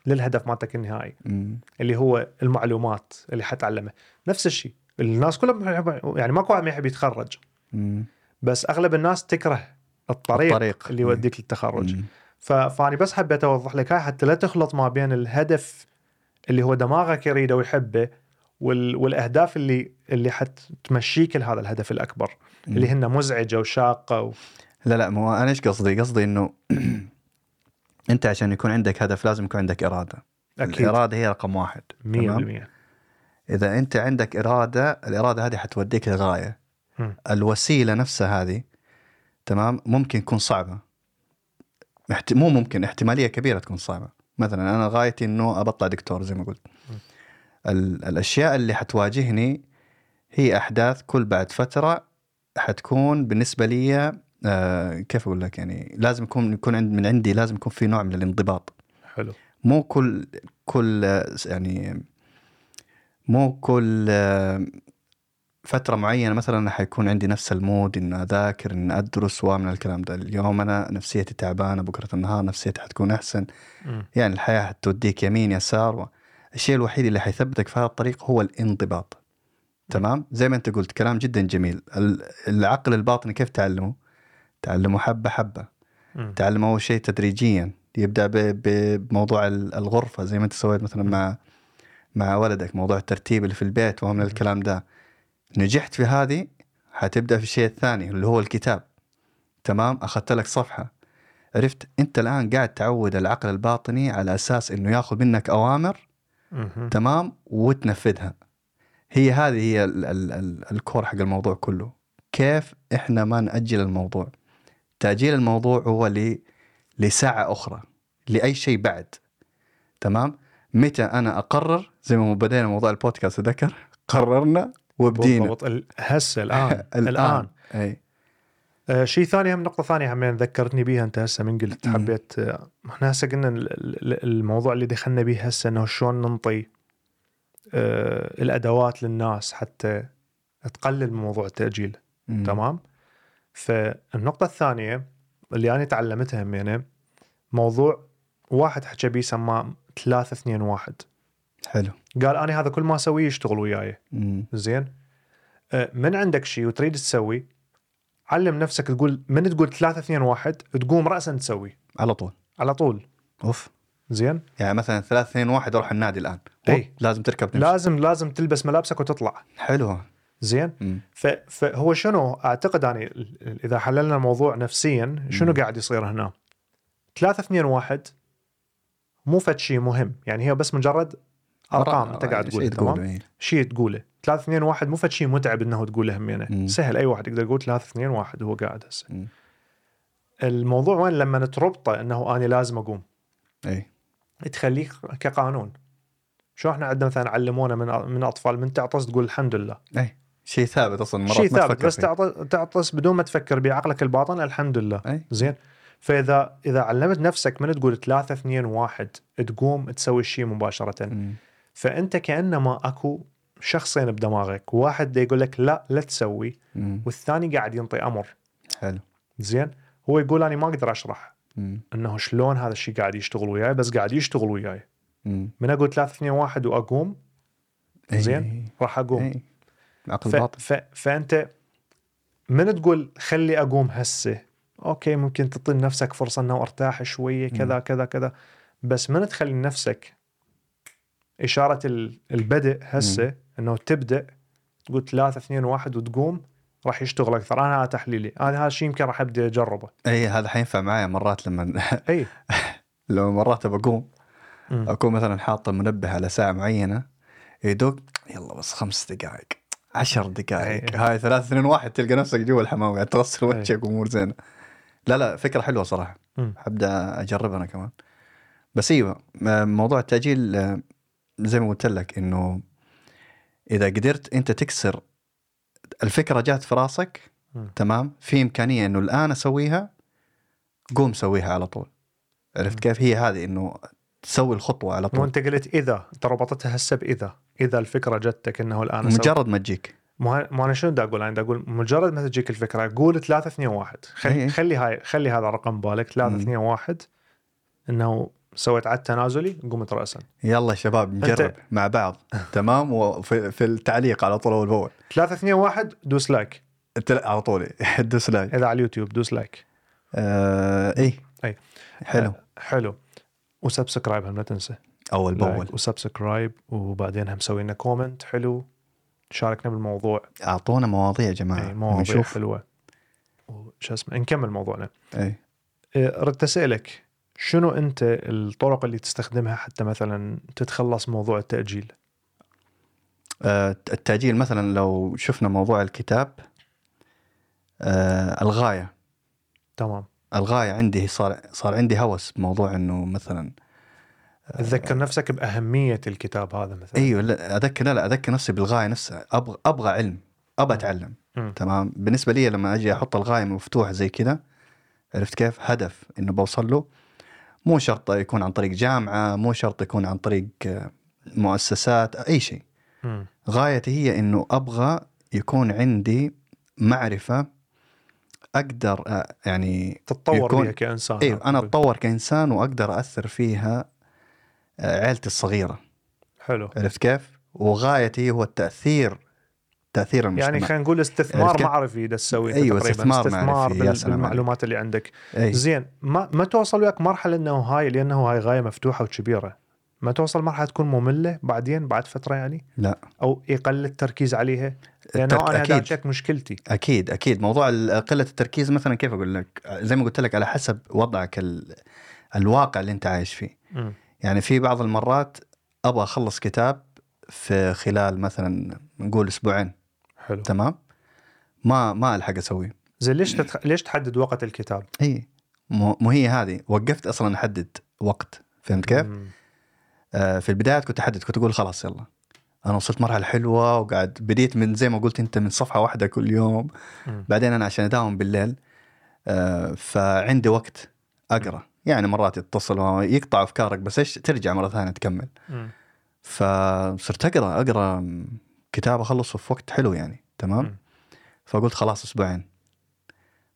للهدف مالتك النهائي
مم.
اللي هو المعلومات اللي حتعلمه نفس الشيء الناس كلهم يحب- يعني ماكو واحد ما يحب يتخرج
مم.
بس اغلب الناس تكره الطريق,
الطريق.
اللي يوديك للتخرج
مم.
ف... فاني بس حبيت اوضح لك هاي حتى لا تخلط ما بين الهدف اللي هو دماغك يريده ويحبه وال... والاهداف اللي اللي حتمشيك لهذا الهدف الاكبر
مم.
اللي هن مزعجه وشاقه و...
لا لا مو انا ايش قصدي؟ قصدي انه انت عشان يكون عندك هدف لازم يكون عندك اراده.
اكيد 100%
الاراده هي رقم واحد تمام؟ اذا انت عندك اراده الاراده هذه حتوديك لغايه
مم.
الوسيله نفسها هذه تمام ممكن تكون صعبه محت... مو ممكن احتماليه كبيره تكون صعبه مثلا انا غايتي انه ابطل دكتور زي ما قلت
مم.
ال... الاشياء اللي حتواجهني هي احداث كل بعد فتره حتكون بالنسبه لي آه كيف اقول لك يعني لازم يكون يكون عند من عندي لازم يكون في نوع من الانضباط
حلو
مو كل كل آه، يعني مو كل آه، فترة معينة مثلا حيكون عندي نفس المود إن أذاكر إن أدرس ومن الكلام ده اليوم أنا نفسيتي تعبانة بكرة النهار نفسيتي حتكون أحسن
مم.
يعني الحياة حتوديك يمين يسار و... الشيء الوحيد اللي حيثبتك في هذا الطريق هو الانضباط تمام زي ما أنت قلت كلام جدا جميل ال- العقل الباطني كيف تعلمه تعلمه حبة حبة
مم.
تعلم اول شيء تدريجيا يبدا ب- ب- بموضوع ال- الغرفه زي ما انت سويت مثلا مع مع ولدك موضوع الترتيب اللي في البيت ومن الكلام ده نجحت في هذه حتبدا في الشيء الثاني اللي هو الكتاب تمام اخذت لك صفحه عرفت انت الان قاعد تعود العقل الباطني على اساس انه ياخذ منك اوامر
مهم.
تمام وتنفذها هي هذه هي ال ال ال الكور حق الموضوع كله كيف احنا ما ناجل الموضوع تاجيل الموضوع هو ل لساعه اخرى لاي شيء بعد تمام متى انا اقرر زي ما بدينا موضوع البودكاست تذكر قررنا وبدينا
بالضبط ال- هسه الان
الان,
الان
اي
آه شيء ثاني هم نقطه ثانيه هم ذكرتني بيها انت هسه من قلت
مم.
حبيت آه، احنا هسه قلنا ال- ال- الموضوع اللي دخلنا به هسه انه شلون ننطي آه الادوات للناس حتى تقلل موضوع التاجيل
مم.
تمام فالنقطه الثانيه اللي انا تعلمتها همينه موضوع واحد حكى بيه سماه 3 2 1
حلو
قال انا هذا كل ما اسويه يشتغل وياي
مم.
زين آه، من عندك شيء وتريد تسوي علم نفسك تقول من تقول 3 2 1 تقوم راسا تسوي
على طول
على طول
اوف
زين
يعني مثلا ثلاث اثنين واحد اروح النادي الان
أي.
أوب، لازم تركب تمشي.
لازم لازم تلبس ملابسك وتطلع
حلو
زين
مم.
ف- فهو شنو اعتقد يعني ال- ال- اذا حللنا الموضوع نفسيا شنو
مم.
قاعد يصير هنا 3 2 1 مو فد شيء مهم يعني هي بس مجرد ارقام انت قاعد
شيء
تقول تمام
آه، إيه.
شيء تقوله 3 2 1 مو فد شيء متعب انه تقوله همينه
مم.
سهل اي واحد يقدر يقول 3 2 1 وهو قاعد هسه
مم.
الموضوع وين لما تربطه انه انا لازم اقوم
اي
تخليه كقانون شو احنا عندنا مثلا علمونا من من اطفال من تعطس تقول الحمد لله
اي شيء ثابت اصلا مرات
إيه. شيء
ما
ثابت
تفكر
بس
فيه.
تعط- تعطس بدون ما تفكر بعقلك الباطن الحمد لله
أي.
زين فاذا اذا علمت نفسك من تقول 3 2 1 تقوم تسوي الشيء مباشره
مم.
فانت كانما اكو شخصين بدماغك واحد دا يقول لك لا لا تسوي
مم.
والثاني قاعد ينطي امر
حلو
زين هو يقول انا ما اقدر اشرح
مم.
انه شلون هذا الشيء قاعد يشتغل وياي بس قاعد يشتغل وياي
مم.
من اقول 3 2 1 واقوم
أي.
زين راح اقوم
أي. إيه. عقل
ف...
باطن
ف... فانت من تقول خلي اقوم هسه اوكي ممكن تعطي لنفسك فرصه انه ارتاح شويه كذا كذا كذا بس من تخلي نفسك اشاره ال- البدء هسه انه تبدا تقول 3 2 1 وتقوم راح يشتغل اكثر انا هذا تحليلي انا هذا الشيء يمكن راح ابدا اجربه
اي إيه، هذا حينفع معايا مرات لما
اي
لما مرات بقوم
مم.
اكون مثلا حاط المنبه على ساعه معينه يدق يلا بس خمس دقائق عشر دقائق
أي.
هاي ثلاث اثنين واحد تلقى نفسك جوا الحمام قاعد تغسل
أي.
وجهك وامور زينه لا لا فكره حلوه صراحه
إيه. مم.
حبدا اجربها انا كمان بس ايوه م- موضوع التاجيل آه، زي ما قلت لك انه اذا قدرت انت تكسر الفكره جات في راسك
مم.
تمام في امكانيه انه الان اسويها قوم سويها على طول عرفت
مم.
كيف هي هذه انه تسوي الخطوه على طول
وانت قلت اذا انت ربطتها هسه باذا اذا الفكره جتك انه الان أسوي
مجرد ما تجيك
ما ما انا شنو بدي اقول انا بدي اقول مجرد ما تجيك الفكره قول 3 2 1 خلي
أي أي.
خلي هاي خلي هذا الرقم بالك 3
إيه. مم.
2 1 انه سويت عد تنازلي قمت راسا
يلا يا شباب نجرب مع بعض تمام وفي في التعليق على طول اول باول
3 2 1 دوس لايك
التل- على طول دوس لايك
اذا على اليوتيوب دوس لايك
آه ايه
أي. آه.
حلو
أه، حلو وسبسكرايب هم لا تنسى
اول باول
لايك وسبسكرايب وبعدين هم سوي لنا كومنت حلو شاركنا بالموضوع
اعطونا مواضيع يا جماعه
اي مواضيع
نشوف
حلوه وش اسمه نكمل موضوعنا
اي
إيه، ردت اسالك شنو انت الطرق اللي تستخدمها حتى مثلا تتخلص موضوع التاجيل؟
آه، التاجيل مثلا لو شفنا موضوع الكتاب آه الغايه
تمام
الغايه عندي صار صار عندي هوس بموضوع انه مثلا آه.
تذكر نفسك باهميه الكتاب هذا مثلا
ايوه لا اذكر لا لا اذكر نفسي بالغايه نفسها ابغى ابغى علم ابغى اتعلم
مم.
تمام بالنسبه لي لما اجي احط الغايه مفتوحه زي كذا عرفت كيف هدف انه بوصل له مو شرط يكون عن طريق جامعه مو شرط يكون عن طريق آه، مؤسسات اي شيء
مم.
غايتي هي انه ابغى يكون عندي معرفه اقدر آه، يعني
تتطور
يكون-
بها كانسان
ايوه انا اتطور كانسان واقدر اثر فيها آه، عيلتي الصغيره
حلو
عرفت كيف؟ وغايتي هو التاثير تاثير المجتمع
يعني خلينا نقول
عرفت
استثمار
كيف؟
معرفي ده تسوي
أيوة،
استثمار,
استثمار
استثمار
معرفي، يا
بال...
سلام عليك. إيه.
بالمعلومات اللي عندك
أي.
زين ما ما توصل وياك مرحله انه هاي لانه هاي غايه مفتوحه وكبيره ما توصل مرحله تكون ممله بعدين بعد فتره يعني
لا
او يقل التركيز عليها لانه
الترك-
انا
أكيد.
داتشك مشكلتي
اكيد اكيد موضوع ال- قله التركيز مثلا كيف اقول لك زي ما قلت لك على حسب وضعك ال... الواقع اللي انت عايش فيه
مم.
يعني في بعض المرات ابغى اخلص كتاب في خلال مثلا نقول اسبوعين
حلو
تمام ما ما الحق اسويه
زين ليش تتخ... ليش تحدد وقت الكتاب؟
اي مو مو هي هذه وقفت اصلا احدد وقت فهمت كيف؟
مم.
آه، في البدايه كنت احدد كنت اقول خلاص يلا انا وصلت مرحله حلوه وقاعد بديت من زي ما قلت انت من صفحه واحده كل يوم
مم.
بعدين انا عشان اداوم بالليل آه، فعندي وقت اقرا يعني مرات يتصلوا يقطعوا افكارك بس ايش ترجع مره ثانيه تكمل
مم.
فصرت اقرا اقرا كتاب اخلصه في وقت حلو يعني
م.
تمام فقلت خلاص اسبوعين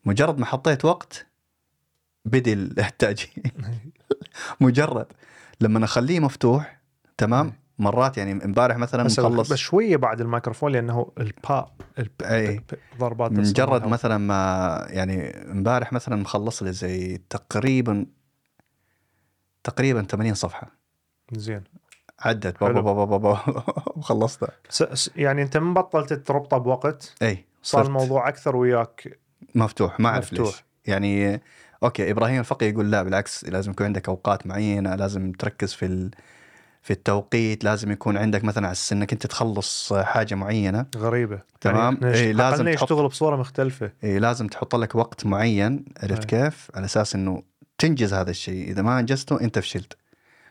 مجرد ما حطيت وقت بدي التاجيل مجرد لما اخليه مفتوح تمام مرات يعني امبارح مثلا
بس بس
مخلص
شويه بعد الميكروفون لانه الباب الب...
أي.
الب- ضربات الصوت
مجرد
هاو.
مثلا ما يعني امبارح مثلا مخلص لي زي تقريبا تقريبا 80 صفحه
زين
عدت
حلو.
بابا بابا بابا وخلصتها
س... س... يعني انت من بطلت تربطه بوقت
اي
صار
صرت
الموضوع اكثر وياك
مفتوح ما اعرف
مفتوح.
ليش يعني اوكي ابراهيم الفقي يقول لا بالعكس لازم يكون عندك اوقات معينه لازم تركز في ال... في التوقيت لازم يكون عندك مثلا على انك انت تخلص حاجه معينه
غريبه
تمام.
يعني
إي،
إيه
لازم
لازم
تحط-
يشتغل بصوره مختلفه
إيه لازم تحط لك وقت معين عرفت
أي.
كيف؟ على اساس انه تنجز هذا الشيء، اذا ما انجزته انت فشلت.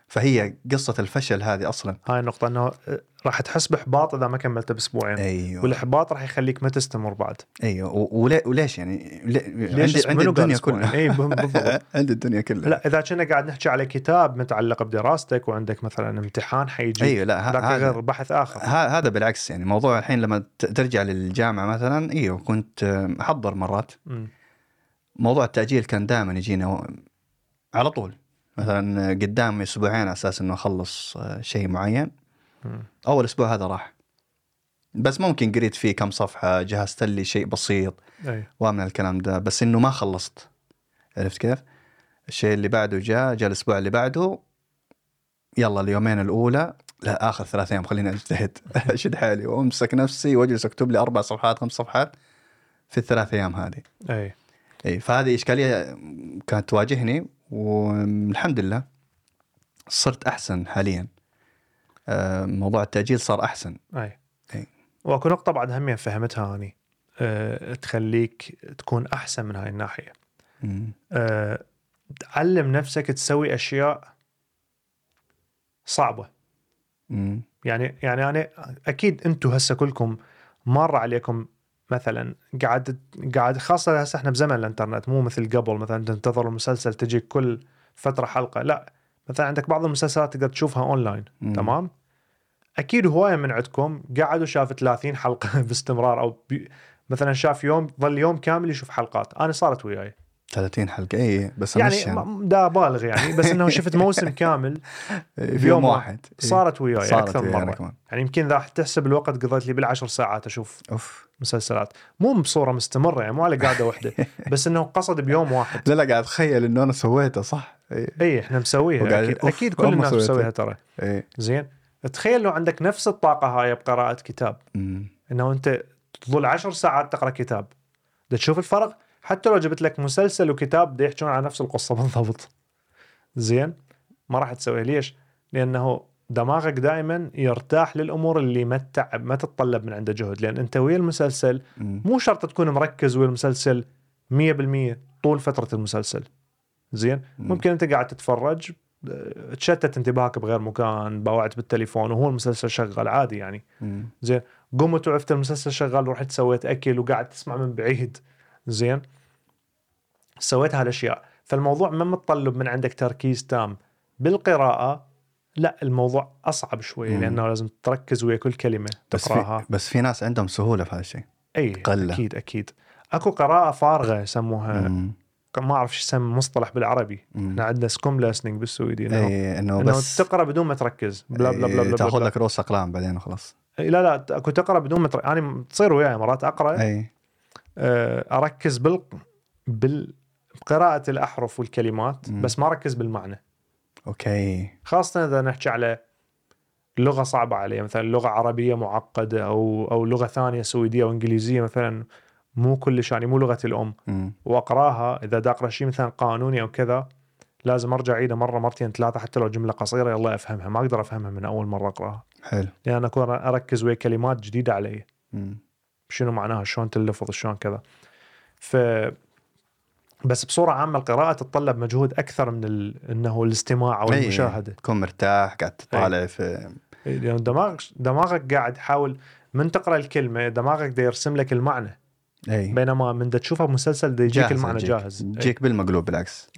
فهي قصه الفشل هذه اصلا
هاي النقطه انه آه، راح تحس باحباط اذا ما كملت باسبوعين
ايوه
والاحباط راح يخليك ما تستمر بعد
ايوه و- ولي- وليش يعني لي- عندي,
اسمه
عندي
منو قال
الدنيا
أسبوعين؟
كلها
اي بالضبط
عندي الدنيا كلها
لا اذا كنا قاعد نحكي على كتاب متعلق بدراستك وعندك مثلا امتحان حيجي
ايوه لا
ذاك
ه- هذا
غير بحث اخر
ه- هذا بالعكس يعني موضوع الحين لما ت- ترجع للجامعه مثلا ايوه كنت آه، احضر مرات
مم.
موضوع التاجيل كان دائما يجينا و- على طول مثلا قدامي اسبوعين على اساس انه اخلص آه، شيء معين
مم.
اول اسبوع هذا راح بس ممكن قريت فيه كم صفحه جهزت لي شيء بسيط
اي
ومن الكلام ده بس انه ما خلصت عرفت كيف؟ الشيء اللي بعده جاء جاء الاسبوع اللي بعده يلا اليومين الاولى لا اخر ثلاث ايام خليني اجتهد اشد حالي وامسك نفسي واجلس اكتب لي اربع صفحات خمس صفحات في الثلاث ايام هذه
اي
اي فهذه اشكاليه كانت تواجهني والحمد لله صرت احسن حاليا آه، موضوع التاجيل صار احسن
اي
أي.
واكو نقطة بعد هم يعني فهمتها اني أه تخليك تكون احسن من هاي الناحية
مم.
أه تعلم نفسك تسوي اشياء صعبة
مم.
يعني يعني انا اكيد انتم هسه كلكم مر عليكم مثلا قاعد قاعد خاصة هسه احنا بزمن الانترنت مو مثل قبل مثلا تنتظر المسلسل تجي كل فترة حلقة لا مثلا عندك بعض المسلسلات تقدر تشوفها اونلاين
مم.
تمام اكيد هوايه من عندكم قعدوا شاف 30 حلقه باستمرار او بي... مثلا شاف يوم ظل يوم كامل يشوف حلقات انا صارت وياي
30 حلقه اي بس
يعني
أمشي أنا.
ما- دا بالغ يعني بس انه شفت موسم كامل
إيه، في
بيوم
يوم
واحد.
واحد إيه.
صارت وياي
صارت
اكثر من
ويانا
مره
كمان
يعني يمكن راح تحسب الوقت قضيت لي بالعشر ساعات اشوف
اوف
مسلسلات مو بصوره مستمره يعني مو على قاعده واحده بس انه قصد بيوم واحد
لا لا قاعد اتخيل انه انا سويته صح إيه.
اي احنا مسويها
وقاعد-
اكيد,
أوف،
أكيد كل
والله
الناس
سويتها.
مسويها ترى
إيه.
زين تخيل لو عندك نفس الطاقه هاي بقراءه كتاب
مم.
انه انت تظل عشر ساعات تقرا كتاب بدك تشوف الفرق حتى لو جبت لك مسلسل وكتاب بده يحجون على نفس القصه بالضبط زين ما راح تسويه ليش؟ لانه دماغك دائما يرتاح للامور اللي ما تتعب ما تتطلب من عنده جهد لان انت ويا المسلسل
مم.
مو شرط تكون مركز ويا المسلسل 100% طول فتره المسلسل زين
مم.
ممكن انت قاعد تتفرج آه، تشتت انتباهك بغير مكان باوعت بالتليفون وهو المسلسل شغال عادي يعني
مم.
قمت وعرفت المسلسل شغال ورحت سويت اكل وقعدت تسمع من بعيد زين سويت هالاشياء فالموضوع ما متطلب من عندك تركيز تام بالقراءه لا الموضوع اصعب شوي
مم.
لانه لازم تركز ويا كل كلمه
بس
تقراها إيه،
في بس في ناس عندهم سهوله في هذا الشيء
اي
قلة.
اكيد اكيد اكو قراءه فارغه يسموها
مم.
ما اعرف شو يسمى مصطلح بالعربي
مم.
احنا عندنا سكوملاسنج بالسويدي انه
إيه، انه
انه
بس
تقرا بدون ما تركز بلا بلا بلا
إيه،
بلا,
تاخذ
بلا.
لك رؤوس اقلام بعدين وخلاص
لا لا اكو تقرا بدون ما تركز انا تصير وياي مرات اقرا
اي
آه، اركز بال بال بقراءة الأحرف والكلمات
مم.
بس ما أركز بالمعنى
اوكي
خاصة إذا نحكي على لغة صعبة علي مثلا لغة عربية معقدة أو أو لغة ثانية سويدية وإنجليزية مثلا مو كلش يعني مو لغتي الأم
مم.
وأقراها إذا دا أقرأ شيء مثلا قانوني أو كذا لازم أرجع أعيده مرة مرتين ثلاثة حتى لو جملة قصيرة يلا أفهمها ما أقدر أفهمها من أول مرة أقرأها
حلو
لأن أكون أركز ويا كلمات جديدة علي
مم.
شنو معناها شلون تلفظ شلون كذا ف بس بصوره عامه القراءه تتطلب مجهود اكثر من ال... انه الاستماع او
أي،
المشاهده
تكون مرتاح قاعد
إيه.
تطالع في
لان دماغ دماغك قاعد يحاول من تقرا الكلمه دماغك دا يرسم لك المعنى
اي
بينما من دا تشوفها بمسلسل دا يجيك
إيه. جاهز
المعنى
يجيك.
جاهز إيه. أي.
تجيك بالمقلوب بالعكس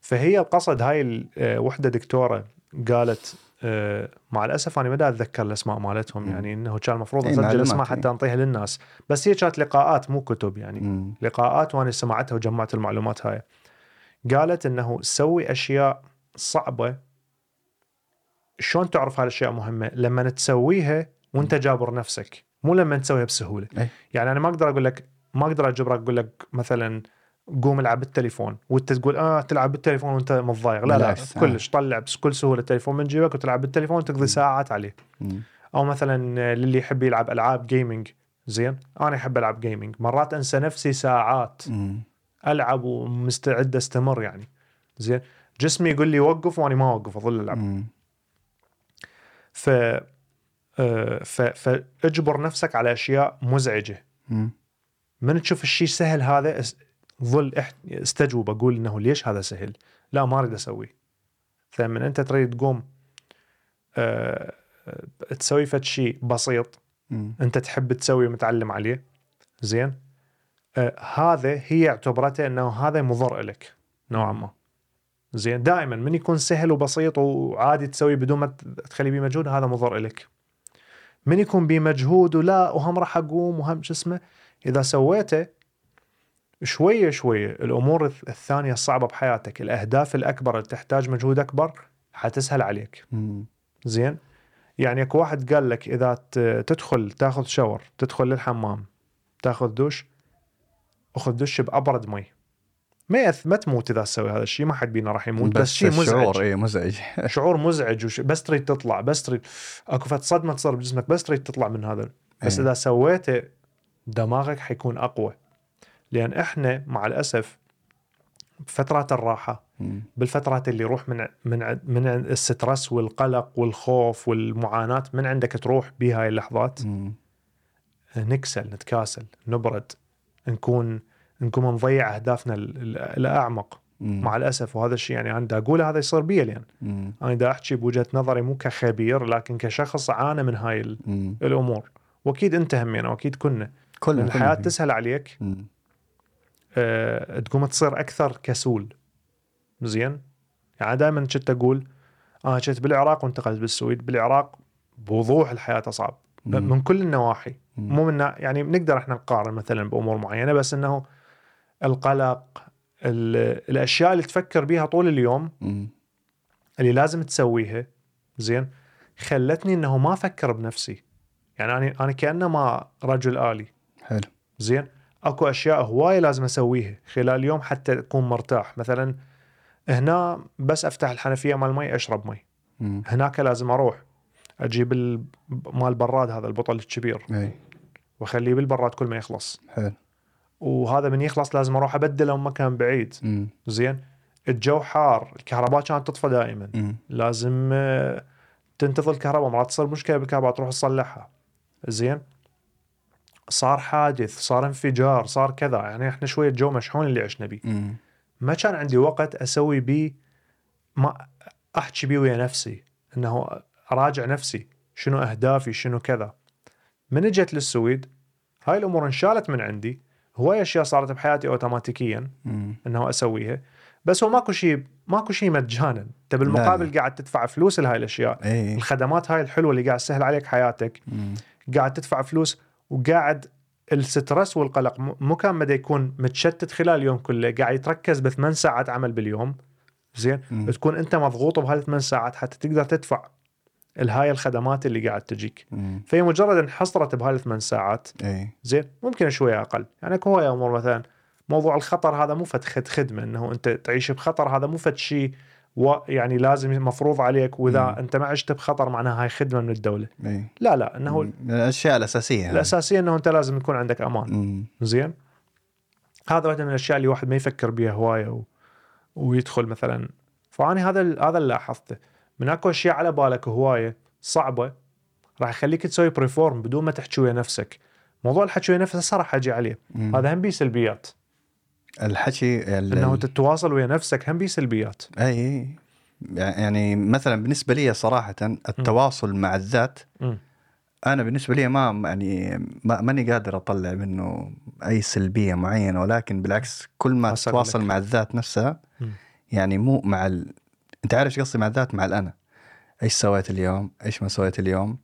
فهي القصد هاي ال- آه، وحده دكتوره قالت آه، مع الاسف انا ما دا اتذكر الاسماء مالتهم
مم.
يعني انه كان المفروض
إي،
اسجل
إيه. معلومات، إيه.
اسمها
إي.
حتى انطيها للناس بس هي كانت لقاءات مو كتب يعني
مم.
لقاءات وانا سمعتها وجمعت المعلومات هاي قالت انه سوي اشياء صعبه شلون تعرف هالاشياء مهمه لما تسويها وانت جابر نفسك مو لما تسويها بسهوله
أي.
يعني انا ما اقدر اقول لك ما اقدر اجبرك اقول لك مثلا قوم العب بالتليفون وانت تقول اه تلعب بالتليفون وانت متضايق لا لا
بالعكس، آه.
كلش طلع بكل سهوله التليفون من جيبك وتلعب بالتليفون وتقضي ساعات عليه
مم.
او مثلا للي يحب يلعب العاب جيمنج زين انا احب العب جيمنج مرات انسى نفسي ساعات
مم.
العب ومستعد استمر يعني زين جسمي يقول لي وقف وانا ما اوقف اظل العب
مم.
ف آه، ف فاجبر نفسك على اشياء مزعجه
مم.
من تشوف الشيء سهل هذا اس- ظل اح- استجوب اقول انه ليش هذا سهل لا ما اريد اسويه فلما انت تريد تقوم آه، آه، تسوي فد شيء بسيط
مم.
انت تحب تسوي ومتعلم عليه زين آه هذا هي اعتبرته انه هذا مضر لك نوعا ما زين دائما من يكون سهل وبسيط وعادي تسوي بدون ما ت- تخلي بيه مجهود هذا مضر لك من يكون بيه مجهود ولا وهم راح اقوم وهم شو اسمه اذا سويته شويه شويه الامور الث- الثانيه الصعبه بحياتك الاهداف الاكبر اللي تحتاج مجهود اكبر حتسهل عليك
مم.
زين يعني اكو واحد قال لك اذا ت- تدخل تاخذ شاور تدخل للحمام تاخذ دوش اخذ دش بابرد مي ما يأث ما تموت اذا تسوي هذا الشيء ما حد بينا راح يموت بس, شيء
الشعور إيه.
مزعج
اي مزعج
شعور مزعج وش... بس تريد تطلع بس تريد اكو فت صدمه تصير بجسمك بس تريد تطلع من هذا بس
إيه.
اذا سويته دماغك حيكون اقوى لان احنا مع الاسف فترات الراحه
مم.
بالفترات اللي يروح من من من السترس والقلق والخوف والمعاناه من عندك تروح بهاي اللحظات
مم.
نكسل نتكاسل نبرد نكون نكون نضيع اهدافنا ال- ال- الاعمق
مم.
مع الاسف وهذا الشيء يعني انا دا اقوله هذا يصير بي لان
مم.
انا دا احكي بوجهه نظري مو كخبير لكن كشخص عانى من هاي ال-
مم.
الامور واكيد انت همين واكيد كنا
كلنا
الحياه
كلنا.
تسهل عليك
مم.
آه، تقوم تصير اكثر كسول زين يعني دائما كنت اقول انا كنت بالعراق وانتقلت بالسويد بالعراق بوضوح الحياه اصعب م-
مم.
من كل النواحي
مم.
مو من يعني بنقدر احنا نقارن مثلا بامور معينه بس انه القلق ال- الاشياء اللي تفكر بيها طول اليوم
مم.
اللي لازم تسويها زين خلتني انه ما افكر بنفسي يعني انا انا كانما رجل الي
حلو
زين اكو اشياء هوايه لازم اسويها خلال اليوم حتى اكون مرتاح مثلا هنا بس افتح الحنفيه مال مي اشرب مي
مم.
هناك لازم اروح اجيب ال- مال براد هذا البطل الكبير
اي
واخليه بالبراد كل ما يخلص
إيه، حلو
وهذا من يخلص لازم اروح ابدله من مكان بعيد
مم.
زين الجو حار الكهرباء كانت تطفى دائما
مم.
لازم آه، تنتظر الكهرباء مرات تصير مشكله بالكهرباء تروح تصلحها زين صار حادث صار انفجار صار كذا يعني احنا شويه جو مشحون اللي عشنا بيه
مم.
ما كان عندي وقت اسوي بيه ما احكي بيه ويا نفسي انه اراجع نفسي شنو اهدافي شنو كذا من اجت للسويد هاي الامور انشالت من عندي هواي اشياء صارت بحياتي اوتوماتيكيا
مم.
انه اسويها بس هو ماكو شيء ماكو شيء مجانا انت بالمقابل قاعد تدفع فلوس لهاي الاشياء
اي
الخدمات هاي الحلوه اللي قاعد تسهل عليك حياتك
إيه، مم.
قاعد تدفع فلوس وقاعد السترس والقلق م- مو كان مدى يكون متشتت خلال اليوم كله قاعد يتركز بثمان ساعات عمل باليوم زين
مم.
تكون انت مضغوط بهالثمان ساعات حتى تقدر تدفع الهاي الخدمات اللي قاعد تجيك
مم. إيه،
فهي مجرد انحصرت بهالثمان ساعات
اي
زين ممكن شويه اقل يعني اكو هواي امور مثلا موضوع الخطر هذا مو فد خد- خدمه انه انت تعيش بخطر هذا مو فد شيء و يعني لازم مفروض عليك واذا
مم.
انت ما عشت بخطر معناها هاي خدمه من الدوله
اي
لا لا انه
مم. الاشياء الاساسيه هذه.
الاساسيه انه انت لازم يكون عندك امان
مم.
زين هذا واحده من الاشياء اللي واحد ما يفكر بها هوايه و... ويدخل مثلا فاني هذا ال- هذا اللي لاحظته من اكو اشياء على بالك هوايه صعبه راح يخليك تسوي بريفورم بدون ما تحكي ويا نفسك موضوع الحكي ويا نفسك صراحه اجي عليه
مم.
هذا هم بيه سلبيات
الحكي ال-
انه تتواصل ويا نفسك هم بيه سلبيات
اي اي يعني مثلا بالنسبه لي صراحه التواصل مع الذات
مم.
انا بالنسبه لي ما يعني ما ماني قادر اطلع منه اي سلبيه معينه ولكن بالعكس كل ما
أثر
تتواصل
لك.
مع الذات نفسها
مم.
يعني مو مع ال... انت عارف ايش قصدي مع الذات مع الانا ايش سويت اليوم ايش ما سويت اليوم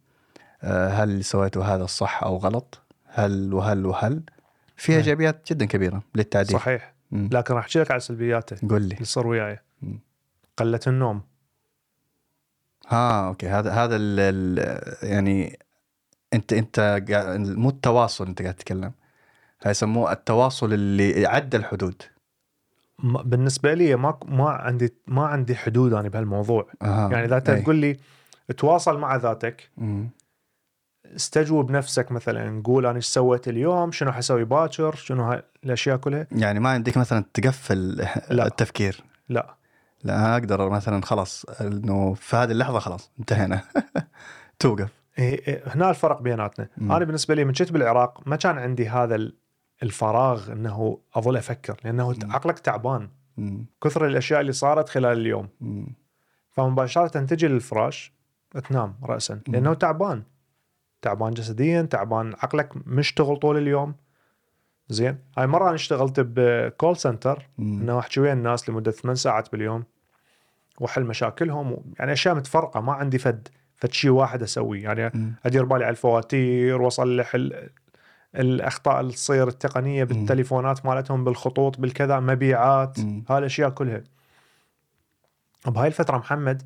آه، هل اللي سويته هذا صح او غلط هل وهل وهل فيها
مم.
ايجابيات جدا كبيره للتعديل
صحيح
مم.
لكن راح احكي لك على سلبياته
قول لي
اللي صار وياي
مم.
قله النوم
ها اوكي آه، هذا هذا ال ال يعني انت انت قا- مو التواصل انت قاعد تتكلم هاي يسموه التواصل اللي عدى الحدود
ما- بالنسبه لي ما ما عندي ما عندي حدود انا بهالموضوع
أها.
يعني اذا انت
أي.
تقول لي تواصل مع ذاتك
آه، مم.
استجوب نفسك مثلا قول انا ايش سويت اليوم شنو حسوي باكر شنو هاي الاشياء كلها
يعني ما عندك مثلا تقفل
لا.
التفكير
لا
لا أنا اقدر مثلا خلاص انه في هذه اللحظه خلاص انتهينا توقف
إيه- إيه، هنا الفرق بيناتنا
مم.
انا بالنسبه لي من كنت بالعراق ما كان عندي هذا ال- الفراغ انه اظل افكر لانه
مم.
عقلك تعبان
مم.
كثر الاشياء اللي صارت خلال اليوم
مم.
فمباشره تجي للفراش تنام راسا لانه تعبان تعبان جسديا تعبان عقلك مشتغل طول اليوم زين هاي مره انا اشتغلت بكول سنتر انه احكي ويا الناس لمده ثمان ساعات باليوم واحل مشاكلهم و... يعني اشياء متفرقه ما عندي فد فد شيء واحد اسويه يعني
مم.
ادير بالي على الفواتير واصلح ال... الاخطاء اللي تصير التقنيه بالتليفونات مالتهم بالخطوط بالكذا مبيعات
مم.
هاي الاشياء كلها بهاي الفتره محمد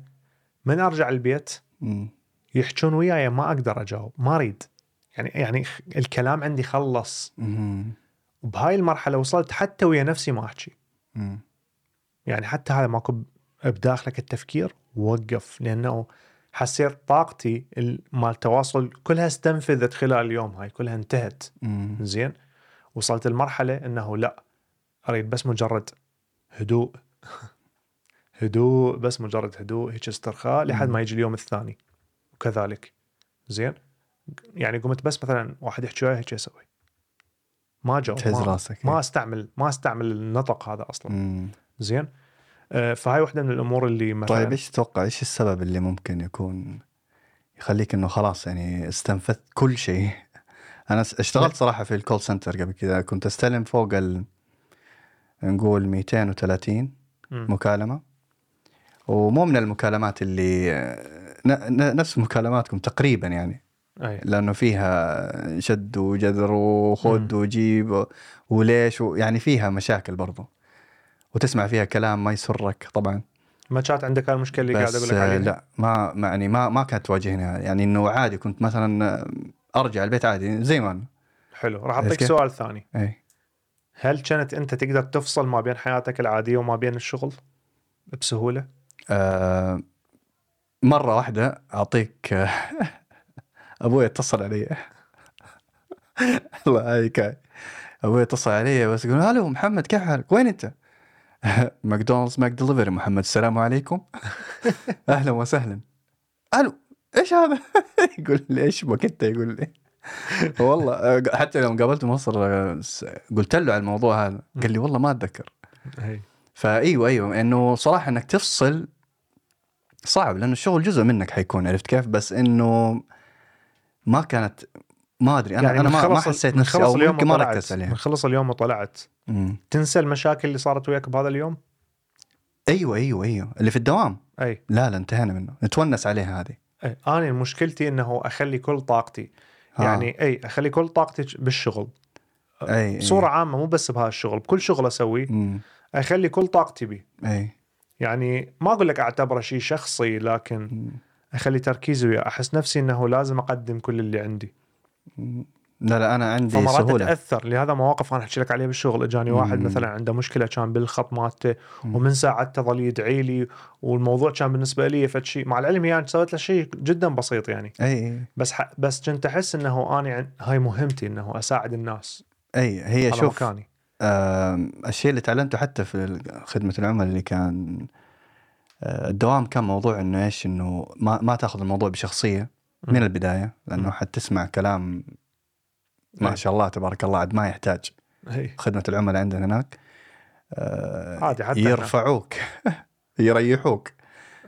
من ارجع البيت
مم.
يحجون وياي ما اقدر اجاوب ما اريد يعني يعني الكلام عندي خلص
مم.
وبهاي المرحله وصلت حتى ويا نفسي ما احكي
مم.
يعني حتى هذا ماكو ب- بداخلك التفكير وقف لانه حسيت طاقتي ال- مال التواصل كلها استنفذت خلال اليوم هاي كلها انتهت
مم.
زين وصلت المرحله انه لا اريد بس مجرد هدوء هدوء بس مجرد هدوء هيك استرخاء لحد ما يجي اليوم الثاني وكذلك زين يعني قمت بس مثلا واحد يحكي وياي هيك اسوي ما جاوب
تهز
ما,
راسك
ما استعمل ما استعمل النطق هذا اصلا
مم.
زين آه، فهاي واحده من الامور اللي مثلا
طيب ايش تتوقع ايش السبب اللي ممكن يكون يخليك انه خلاص يعني استنفذت كل شيء انا س- اشتغلت صراحه في الكول سنتر قبل كذا كنت استلم فوق ال نقول 230
مم.
مكالمه ومو من المكالمات اللي آه، ن- ن- نفس مكالماتكم تقريبا يعني
أي.
لانه فيها شد وجذر وخد وجيب و- وليش و- يعني فيها مشاكل برضو وتسمع فيها كلام ما يسرك طبعا
ما كانت عندك هالمشكله اللي قاعد اقول
بس
لك
آه،
عليها
لا ما ما- يعني ما ما كانت تواجهني يعني انه عادي كنت مثلا آه، ارجع البيت عادي زي ما إيه. انا
حلو راح
بس
اعطيك
كيف؟
سؤال ثاني
اي
هل كانت انت تقدر تفصل ما بين حياتك العاديه وما بين الشغل بسهوله؟
آه مره واحده اعطيك آه، ابوي اتصل علي الله يعيك ابوي اتصل علي بس يقول الو محمد كيف حالك وين انت؟ ماكدونالدز ماك دليفري محمد السلام عليكم اهلا وسهلا الو ايش هذا؟ يقول لي ايش بك انت؟ يقول لي والله آه، حتى يوم قابلته مصر آه، س- قلت له على الموضوع هذا قال لي والله ما اتذكر
هي.
فايوه ايوه انه صراحه انك تفصل صعب لانه الشغل جزء منك حيكون عرفت كيف بس انه ما كانت ما ادري انا
يعني
يعني انا
من
ما, ما
خلص-
حسيت
من
نفسي
خلص
او
اليوم
ممكن ما
وطلعت-
ركزت
من
عليها
خلص اليوم وطلعت
أمم.
تنسى المشاكل اللي صارت وياك بهذا اليوم؟
ايوه ايوه ايوه اللي في الدوام
اي
لا لا انتهينا منه نتونس عليها هذه
أي. انا إيه. مشكلتي انه اخلي كل طاقتي
آه.
يعني اي اخلي كل طاقتي بالشغل
اي أي.
بصوره عامه مو بس بهذا الشغل بكل شغل اسويه
أمم.
اخلي كل طاقتي بيه
اي
يعني ما اقول لك اعتبره شيء شخصي لكن
أمم.
اخلي تركيزي وياه احس نفسي انه لازم اقدم كل اللي عندي
لا لا انا عندي
فمرات
سهوله
اتاثر لهذا مواقف انا احكي لك عليها بالشغل اجاني واحد
مم.
مثلا عنده مشكله كان بالخط مالته
مم.
ومن ساعته ظل يدعي لي والموضوع كان بالنسبه لي فد شيء مع العلم يعني سويت له شيء جدا بسيط يعني
اي اي
بس ح... بس كنت احس انه انا عن... هاي مهمتي انه اساعد الناس
اي هي
على
شوف
مكاني
آم، الشيء اللي تعلمته حتى في خدمة العملاء اللي كان آه، الدوام كان موضوع انه ايش انه ما ما تاخذ الموضوع بشخصية من
مم.
البداية لانه
مم. إيه.
حتسمع كلام ما
أي.
شاء الله تبارك الله عاد ما يحتاج
هي.
خدمة العملاء عندنا هناك آه،
عادي حتى إحنا.
يرفعوك يريحوك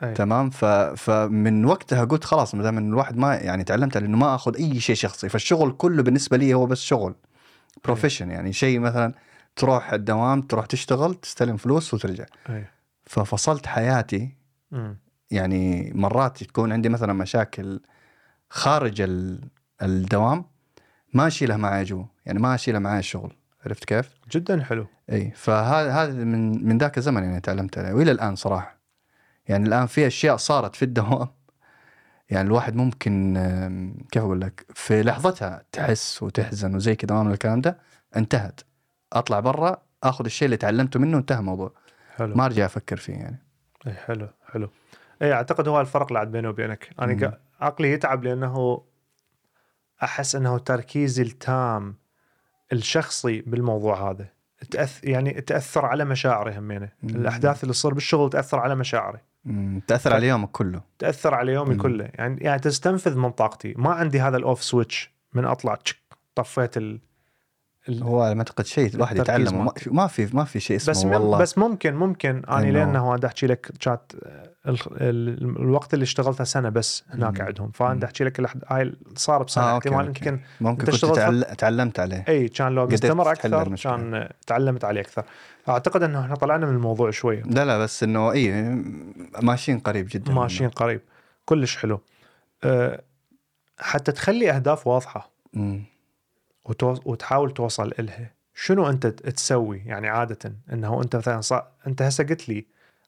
أي.
تمام ف... فمن وقتها قلت خلاص ما دام إن الواحد ما يعني تعلمت على انه ما اخذ اي شيء شخصي فالشغل كله بالنسبه لي هو بس شغل بروفيشن يعني شيء مثلا تروح الدوام تروح تشتغل تستلم فلوس وترجع
أي.
ففصلت حياتي
مم.
يعني مرات تكون عندي مثلا مشاكل خارج ال... الدوام ما اشيلها معي جوا يعني ما اشيلها معي الشغل عرفت كيف؟
جدا حلو
اي فهذا هذا من من ذاك الزمن يعني تعلمت عليه والى الان صراحه يعني الان في اشياء صارت في الدوام يعني الواحد ممكن أم، كيف اقول لك في لحظتها تحس وتحزن وزي كذا ما من الكلام ده انتهت اطلع برا اخذ الشيء اللي تعلمته منه انتهى الموضوع
حلو
ما ارجع افكر فيه يعني
اي إيه، حلو حلو اي اعتقد هو الفرق اللي عاد بيني وبينك
مم.
انا قا- عقلي يتعب لانه احس انه تركيزي التام الشخصي بالموضوع هذا تأث... يعني تاثر على مشاعري همينه
مم.
الاحداث اللي تصير بالشغل تاثر على مشاعري
أمم، تاثر على يومك كله
تاثر على يومي
مم.
كله يعني يعني تستنفذ من طاقتي ما عندي هذا الاوف سويتش من اطلع تشك طفيت ال... ال-
هو على ما اعتقد شيء الواحد
التركيز
يتعلم ما
مالك.
ما في ما في شيء اسمه
بس
والله
مم بس ممكن ممكن انا
إنه-
لانه بدي احكي لك كانت ال- ال- الوقت اللي اشتغلته سنه بس هناك
مم.
عندهم فانا بدي احكي لك الأحد- هاي صار بسنه
آه،
آه
أوكي،
احتمال
أوكي.
يمكن
ممكن
أنت
كنت
اشتغلت-
تعل- تعلمت عليه
اي كان لو
قدرت
مستمر
تحل
اكثر
المشكلة.
كان تعلمت عليه اكثر اعتقد انه احنا طلعنا من الموضوع شويه
لا لا بس انه اي ماشيين قريب جدا
ماشيين قريب كلش حلو أه، حتى تخلي اهداف واضحه
مم.
وتو- وتحاول توصل إلها شنو انت ت- تسوي يعني عاده انه انت مثلا صا... انت هسه قلت لي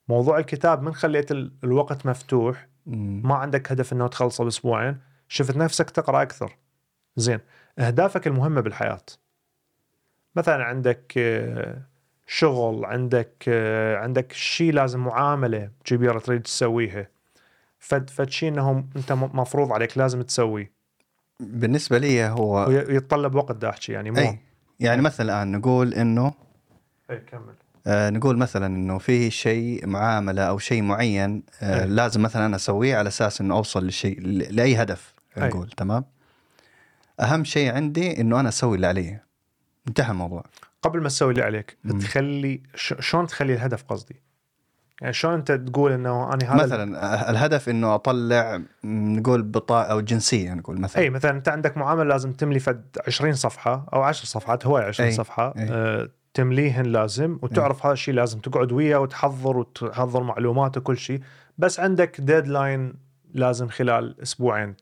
موضوع الكتاب من خليت ال- الوقت مفتوح
مم.
ما عندك هدف انه تخلصه باسبوعين شفت نفسك تقرا اكثر زين اهدافك المهمه بالحياه مثلا عندك آه، شغل عندك آه، عندك شيء لازم معامله كبيره تريد تسويها فد فد شيء انه انت م- مفروض عليك لازم تسويه
بالنسبه لي هو
وي- ويتطلب وقت دا احكي يعني مو
اي يعني مثلا الان نقول انه
اي كمل
آه، نقول مثلا انه في شيء معامله او شيء معين آه،
أي.
لازم مثلا انا اسويه على اساس انه اوصل لشيء ل- لاي هدف
أي.
نقول تمام اهم شيء عندي انه انا اسوي اللي علي انتهى الموضوع
قبل ما تسوي اللي عليك
مم.
تخلي ش- شلون تخلي الهدف قصدي يعني شلون انت تقول انه انا هذا
مثلا آه، الهدف انه اطلع م، نقول بطاقه او جنسيه نقول مثلا
اي مثلا انت عندك معامله لازم تملي فد 20 صفحه او 10 صفحات هواي 20
أي،
صفحه
أي.
آه تمليهن لازم
نعم.
وتعرف هذا الشيء لازم تقعد وياه وتحضر وتحضر معلومات وكل شيء بس عندك ديدلاين لازم خلال اسبوعين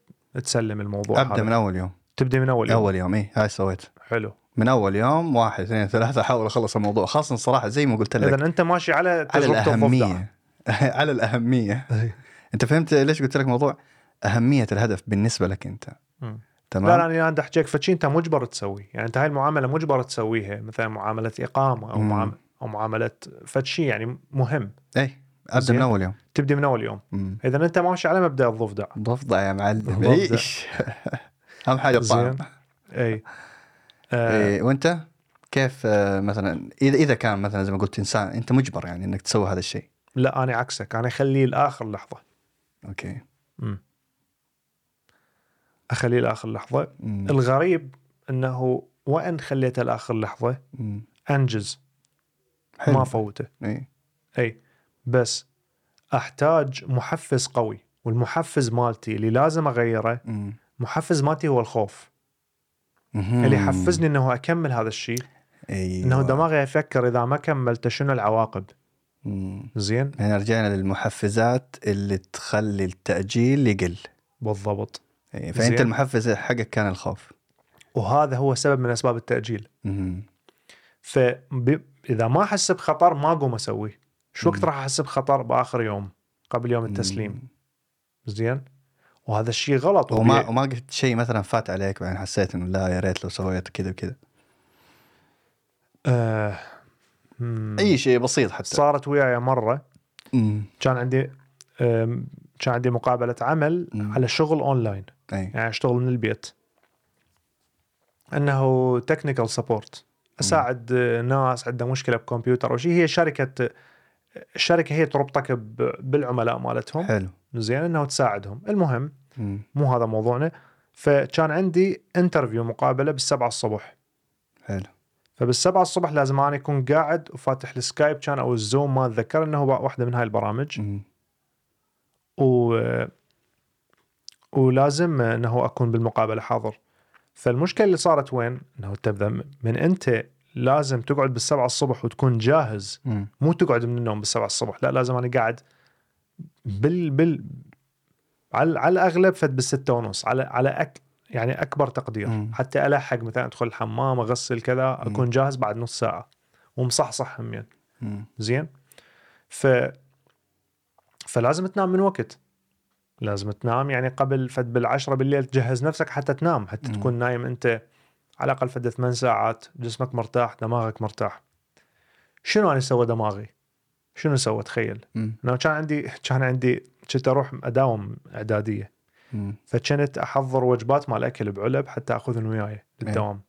تسلم الموضوع
ابدا
هذا
من اول يوم
تبدا من اول يوم
اول يوم اي هاي سويت
حلو
من اول يوم واحد اثنين ثلاثه احاول اخلص الموضوع خاصه صراحه زي ما قلت لك
اذا انت ماشي على
على
تجربه الضفدع
الاهميه على الاهميه
إيه.
انت فهمت ليش قلت لك موضوع اهميه الهدف بالنسبه لك انت
مم.
تمام
لا لا انا عندي احكيك فشي انت مجبر تسوي يعني انت هاي المعامله مجبر تسويها مثلا معامله اقامه او
مم.
معامله او معامله فشي يعني مهم
اي ابدا
زين.
إيه، من اول يوم
تبدي من اول يوم
مم.
اذا انت ماشي على مبدا الضفدع
ضفدع يا معلم
ضفدع.
ايش اهم حاجه الطعم
زين اي آه
إيه، وانت كيف آه، مثلا اذا اذا كان مثلا زي ما قلت انسان انت مجبر يعني انك تسوي هذا الشيء
لا انا عكسك انا اخليه لاخر لحظه
اوكي
مم. اخليه لاخر لحظه
مم.
الغريب انه وان خليته لاخر لحظه
مم.
انجز
حلو
ما فوته
إيه.
اي بس احتاج محفز قوي والمحفز مالتي اللي لازم اغيره
مم.
محفز مالتي هو الخوف
مهم.
اللي يحفزني انه اكمل هذا الشيء
ايوه
انه دماغي يفكر اذا ما كملت شنو العواقب
مم.
زين
هنا رجعنا للمحفزات اللي تخلي التاجيل يقل
بالضبط زين.
إيه، فانت المحفز حقك كان الخوف
وهذا هو سبب من اسباب التاجيل
مم.
فاذا ما احس بخطر ما اقوم اسويه شو وقت
مم.
راح احس بخطر باخر يوم قبل يوم التسليم
مم.
زين وهذا الشيء غلط
وما
وبي-
وما قلت شيء مثلا فات عليك بعدين حسيت انه لا يا ريت لو سويت كذا وكذا
آه. مم.
اي شيء بسيط حتى
صارت وياي مره
امم
كان عندي آم، كان عندي مقابله عمل
مم.
على شغل اونلاين
اي
يعني اشتغل من البيت انه تكنيكال سبورت اساعد ناس عندها مشكله بكمبيوتر او شيء هي شركه الشركه هي تربطك ب- بالعملاء مالتهم
حلو
زين انه تساعدهم المهم
امم
مو هذا موضوعنا فكان عندي انترفيو مقابله بالسبعة الصبح
حلو
فبالسبعة الصبح لازم انا اكون قاعد وفاتح السكايب كان او الزوم ما اتذكر انه هو واحده من هاي البرامج
امم
و ولازم انه اكون بالمقابله حاضر فالمشكله اللي صارت وين؟ انه تبدا من انت لازم تقعد بالسبعة الصبح وتكون جاهز
أمم.
مو تقعد من النوم بالسبعة الصبح لا لازم انا قاعد بال بال على على الاغلب فد بالستة ونص على على أك يعني اكبر تقدير
مم.
حتى الحق مثلا ادخل الحمام اغسل كذا
مم.
اكون جاهز بعد نص يعني. ساعه ومصحصح همين
أمم.
زين ف فلازم تنام من وقت لازم تنام يعني قبل فد بالعشرة بالليل تجهز نفسك حتى تنام حتى
مم.
تكون نايم انت على الاقل فد ثمان ساعات جسمك مرتاح دماغك مرتاح شنو انا سوى دماغي شنو سوى تخيل
أمم.
انا كان عندي كان عندي كنت اروح اداوم اعداديه
أمم.
فكنت احضر وجبات مال اكل بعلب حتى اخذهم وياي للدوام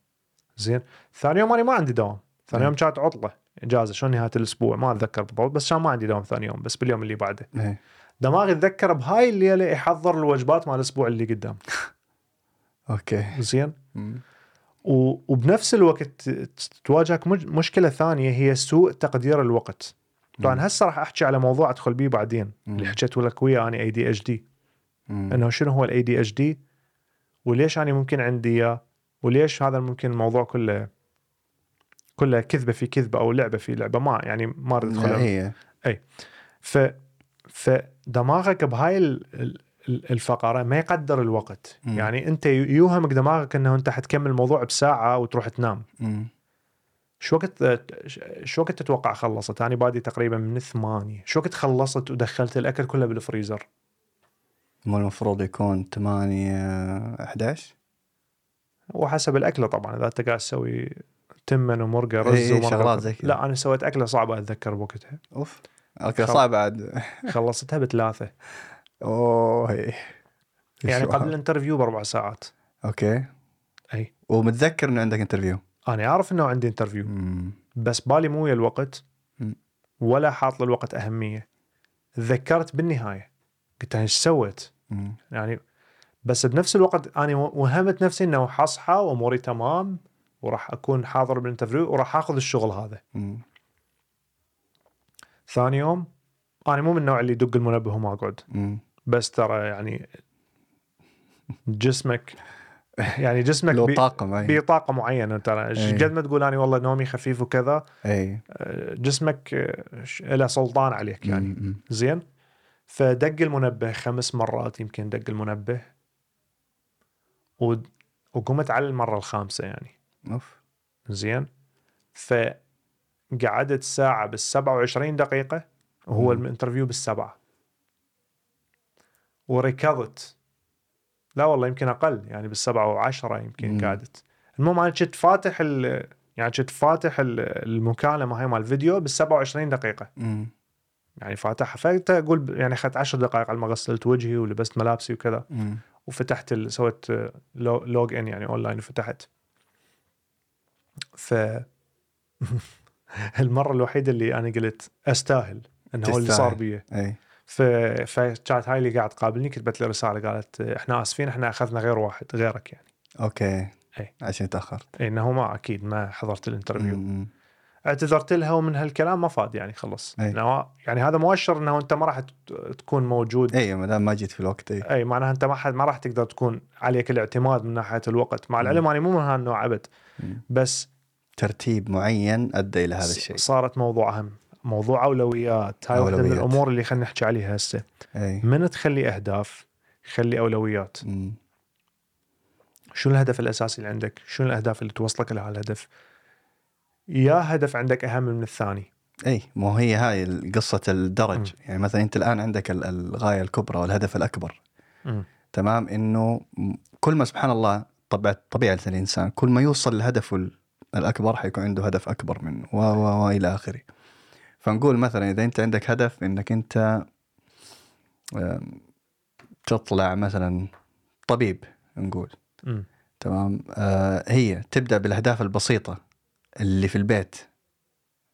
زين ثاني يوم انا ما عندي دوام ثاني
أي.
يوم كانت عطله اجازه شلون نهايه الاسبوع ما اتذكر بالضبط بس كان ما عندي دوام ثاني يوم بس باليوم اللي بعده
إيه.
دماغي اتذكر بهاي الليله يحضر الوجبات مال الاسبوع اللي قدام
اوكي
زين
أمم.
و- وبنفس الوقت تواجهك مج- مشكله ثانيه هي سوء تقدير الوقت
إيه.
طبعا هسه راح احكي على موضوع ادخل بيه بعدين
مم.
اللي حكيت لك وياه انا اي دي اتش دي
مم.
انه شنو هو الاي دي اتش دي وليش انا ممكن عندي اياه وليش هذا ممكن الموضوع كله كله كذبه في كذبه او لعبه في لعبه ما يعني ما اريد
لا،
ادخل
إيه.
ف فدماغك بهاي ال- ال- ال- الفقره ما يقدر الوقت
مم.
يعني انت يوهمك دماغك انه انت حتكمل الموضوع بساعه وتروح تنام
مم.
شو وقت شو وقت تتوقع خلصت؟ انا بادي تقريبا من الثمانية، شو وقت خلصت ودخلت الاكل كله بالفريزر؟
مو المفروض يكون 8 11
وحسب الاكله طبعا اذا انت قاعد تسوي تمن ومرقه رز
إيه،
ومرقة-
شغلات زي كذا.
لا انا سويت اكله صعبه اتذكر بوقتها،
اوف اوكي
خل-
صعب عاد
خلصتها بثلاثه،
اوه هي.
يعني
إيه. شو-
قبل الانترفيو باربع ساعات.
اوكي
أي.
ومتذكر انه عندك انترفيو
انا اعرف انه عندي انترفيو
مم.
بس بالي مو ويا الوقت
مم.
ولا حاط للوقت اهميه. تذكرت بالنهايه قلت انا ايش سويت؟
مم.
يعني بس بنفس الوقت انا وهمت نفسي انه حصحى واموري تمام وراح اكون حاضر بالانترفيو وراح اخذ الشغل هذا
مم.
ثاني يوم انا مو من النوع اللي يدق المنبه وما اقعد
مم.
بس ترى يعني جسمك يعني جسمك
لو
بي-
طاقم اي
بطاقه معينه ترى
إيه.
قد ما تقول انا والله نومي خفيف وكذا
اي
آه، جسمك آه، ش- له سلطان عليك يعني
مم. مم.
زين فدق المنبه خمس مرات يمكن دق المنبه و... وقمت على المرة الخامسة يعني
اوف
زين فقعدت ساعة بال 27 دقيقة وهو
مم.
الانترفيو بالسبعة وركضت لا والله يمكن أقل يعني بالسبعة وعشرة يمكن
مم.
قعدت المهم أنا كنت فاتح ال يعني كنت فاتح ال- المكالمة هاي مال الفيديو بال 27 دقيقة
مم.
يعني فاتحها فقلت اقول ب- يعني اخذت 10 دقائق على ما غسلت وجهي ولبست ملابسي وكذا
مم.
وفتحت ال... سويت آه، لو... لوج ان يعني اونلاين وفتحت ف المره الوحيده اللي انا قلت استاهل انه هو اللي
تستاهل.
صار بي
اي
ف... فكانت هاي اللي قاعد تقابلني كتبت لي رساله قالت آه، احنا اسفين احنا اخذنا غير واحد غيرك يعني
اوكي
أي.
عشان Mm, تاخرت
إيه، انه ما اكيد ما حضرت الانترفيو
مم. مم.
اعتذرت لها ومن هالكلام ما فاد يعني خلص
أي.
إنه يعني هذا مؤشر انه انت ما راح ت- تكون موجود
اي ما دام ما جيت في الوقت اي
اي معناها انت ما حد ما راح تقدر تكون عليك الاعتماد من ناحيه الوقت مع العلم انا مو من هالنوع ابد
مم.
بس
ترتيب معين ادى الى هذا
ص-
الشيء
صارت موضوع اهم موضوع اولويات هاي واحده من
أولويات.
الامور اللي خلينا نحكي عليها هسه
اي
من تخلي اهداف خلي اولويات
مم.
شنو الهدف الاساسي اللي عندك شنو الاهداف اللي توصلك لهذا الهدف يا هدف عندك اهم من الثاني
اي مو هي هاي ال- قصه الدرج يعني مثلا انت الان عندك ال- الغايه الكبرى والهدف الاكبر
مم.
تمام انه م- كل ما سبحان الله طبع طبيعه الانسان كل ما يوصل لهدفه ال- الاكبر حيكون عنده هدف اكبر منه و و والى اخره فنقول مثلا اذا انت عندك هدف انك انت آم، تطلع مثلا طبيب نقول
مم.
تمام آه هي تبدا بالاهداف البسيطه اللي في البيت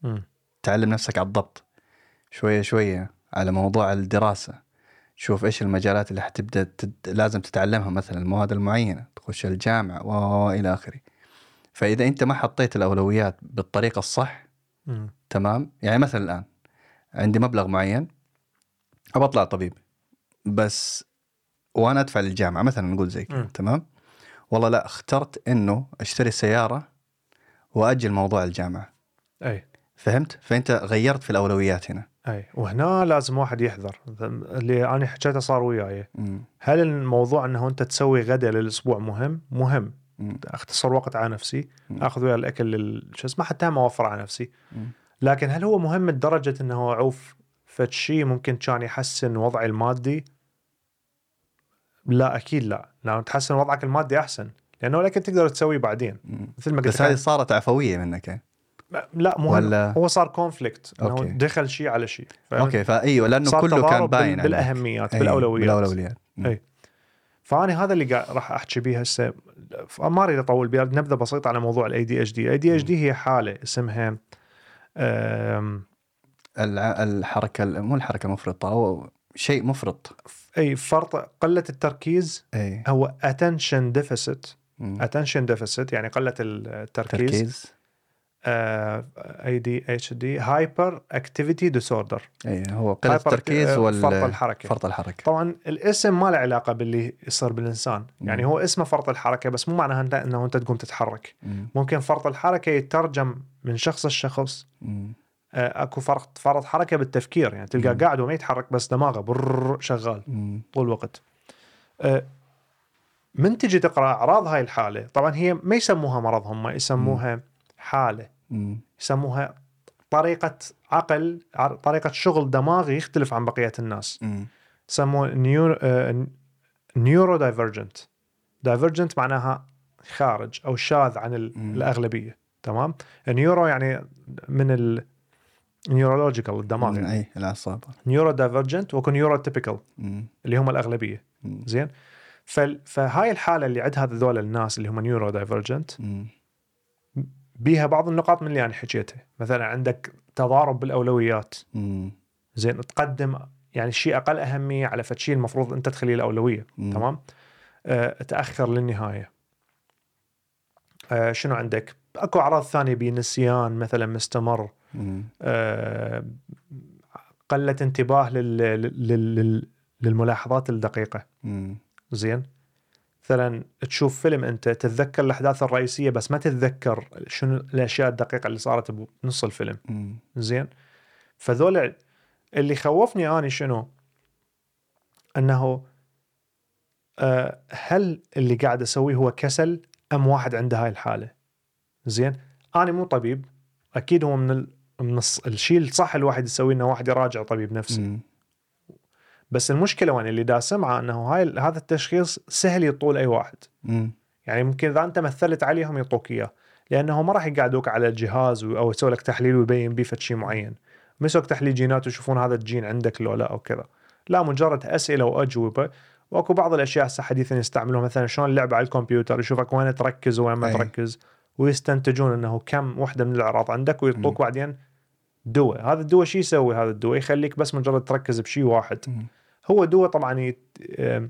مم.
تعلم نفسك على الضبط شويه شويه على موضوع الدراسه شوف ايش المجالات اللي حتبدا تد... لازم تتعلمها مثلا المواد المعينه تخش الجامعه و- و و- الى اخره فاذا انت ما حطيت الاولويات بالطريقه الصح
مم.
تمام يعني مثلا الان عندي مبلغ معين ابى اطلع طبيب بس وانا ادفع للجامعه مثلا نقول زي كذا
مم.
تمام والله لا اخترت انه اشتري سياره واجل موضوع الجامعه
اي
فهمت فانت غيرت في الاولويات هنا
اي وهنا لازم واحد يحذر اللي انا حكيته صار وياي
مم.
هل الموضوع انه انت تسوي غدا للاسبوع مهم؟ مهم
مم.
اختصر وقت على نفسي،
مم.
اخذ ويا الاكل لل... شو اسمه حتى ما اوفر على نفسي،
مم.
لكن هل هو مهم لدرجه انه اعوف فد شيء ممكن كان يحسن وضعي المادي؟ لا اكيد لا، لو تحسن وضعك المادي احسن، لانه الاكل تقدر تسويه بعدين
مم.
مثل ما قلت
بس هذه صارت عفويه منك يعني.
لا مهم
ولا-
هو صار كونفليكت انه
أوكي.
دخل شيء على شيء
اوكي فايوه لانه
صار
كله
تضارب
كان
بال-
باين عليك.
بالاهميات
أيوة،
بالاولويات
بالاولويات مم.
أي. فانا هذا اللي قاعد راح احكي به هسه ما اريد اطول بها نبذه بسيطه على موضوع الاي دي اتش دي، الاي دي اتش دي هي حاله اسمها أم،
الع- الحركه مو الحركه مفرطه او شيء مفرط
اي فرط قله التركيز
اي
هو attention deficit اتنشن ديفيسيت يعني قله التركيز آه،
تركيز
اي دي اتش دي هايبر اكتيفيتي ديسوردر
اي هو قله
Hyper-
التركيز
آه،
وال
فرط الحركة.
فرط الحركه
طبعا الاسم ما له علاقه باللي يصير بالانسان يعني
مم.
هو اسمه فرط الحركه بس مو معناها أنت- انه انت تقوم تتحرك
مم.
ممكن فرط الحركه يترجم من شخص لشخص
مم.
آه، اكو فرط فرط حركه بالتفكير يعني تلقى
مم.
قاعد وما يتحرك بس دماغه برر شغال
مم.
طول الوقت آه، من تجي تقرا اعراض هاي الحاله طبعا هي ما يسموها مرض هم يسموها حاله
مم.
يسموها طريقه عقل ع- طريقه شغل دماغي يختلف عن بقيه الناس
مم.
يسموه نيو نيورو دايفرجنت دايفرجنت معناها خارج او شاذ عن ال-
مم.
الاغلبيه تمام النيورو يعني من ال نيورولوجيكال الدماغ يعني
اي الاعصاب
نيورو دايفرجنت وكو نيورو تيبيكال
مم.
اللي هم الاغلبيه
مم.
زين فال- فهاي الحاله اللي عندها هذول الناس اللي هم نيورو دايفرجنت
مم.
بيها بعض النقاط من اللي انا حكيتها مثلا عندك تضارب بالاولويات
مم.
زين تقدم يعني شيء اقل اهميه على فد شيء المفروض انت تخليه الاولويه
مم.
تمام آه، تاخر للنهايه آه، شنو عندك اكو اعراض ثانيه بنسيان مثلا مستمر
مم.
آه، قله انتباه لل... لل... لل... للملاحظات الدقيقه
مم.
زين مثلا تشوف فيلم انت تتذكر الاحداث الرئيسيه بس ما تتذكر شنو الاشياء الدقيقه اللي صارت بنص الفيلم
مم.
زين فذول اللي خوفني اني شنو؟ انه آه، هل اللي قاعد اسويه هو كسل ام واحد عنده هاي الحاله؟ زين انا مو طبيب اكيد هو من ال... من الص- الشيء الصح الواحد يسويه انه واحد يراجع طبيب نفسي
مم.
بس المشكله وين اللي دا سمعه انه هاي هذا التشخيص سهل يطول اي واحد
مم.
يعني ممكن اذا انت مثلت عليهم يعطوك اياه لانه ما راح يقعدوك على الجهاز و- او يسوي لك تحليل ويبين بيه فد شيء معين ما يسوي لك تحليل جينات ويشوفون هذا الجين عندك لو لا او كذا لا مجرد اسئله واجوبه واكو بعض الاشياء هسه حديثا يستعملوها مثلا شلون اللعبه على الكمبيوتر يشوفك وين تركز وين ما
أي.
تركز ويستنتجون انه كم وحده من الاعراض عندك ويعطوك بعدين دواء هذا الدواء شو يسوي هذا الدواء يخليك بس مجرد تركز بشيء واحد
مم.
هو دواء طبعا يت... آم،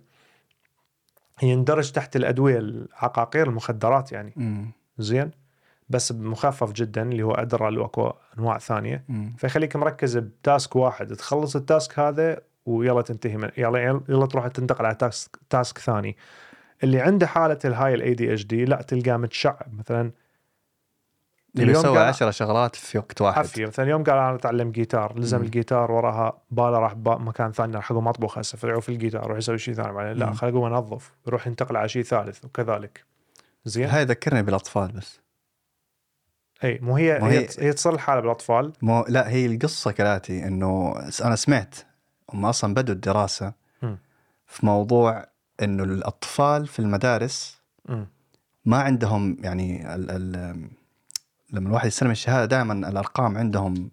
يندرج تحت الادويه العقاقير المخدرات يعني
مم.
زين بس مخفف جدا اللي هو ادرال واكو انواع ثانيه
مم.
فيخليك مركز بتاسك واحد تخلص التاسك هذا ويلا تنتهي من يلا يلا- يلا تروح تنتقل على تاسك تاسك ثاني اللي عنده حاله الهاي الاي دي اتش دي لا تلقاه متشعب مثلا
اللي يسوي
قال-
10 يعني شغلات في وقت واحد
عافيه مثلا اليوم قال انا اتعلم جيتار لزم
مم. الجيتار
الجيتار وراها باله راح با مكان ثاني راح اقوم اطبخ هسه فيعوف في الجيتار يروح يسوي شيء ثاني بعدين
مم.
لا خليني اقوم انظف يروح ينتقل على شيء ثالث وكذلك زين
هاي ذكرني بالاطفال بس
اي مو هي
ما هي-
هي, تص- هي تصير الحاله بالاطفال
مو لا هي القصه كالاتي انه س- انا سمعت هم اصلا بدوا الدراسه
مم.
في موضوع انه الاطفال في المدارس
مم.
ما عندهم يعني ال ال لما الواحد يستلم الشهاده دائما الارقام عندهم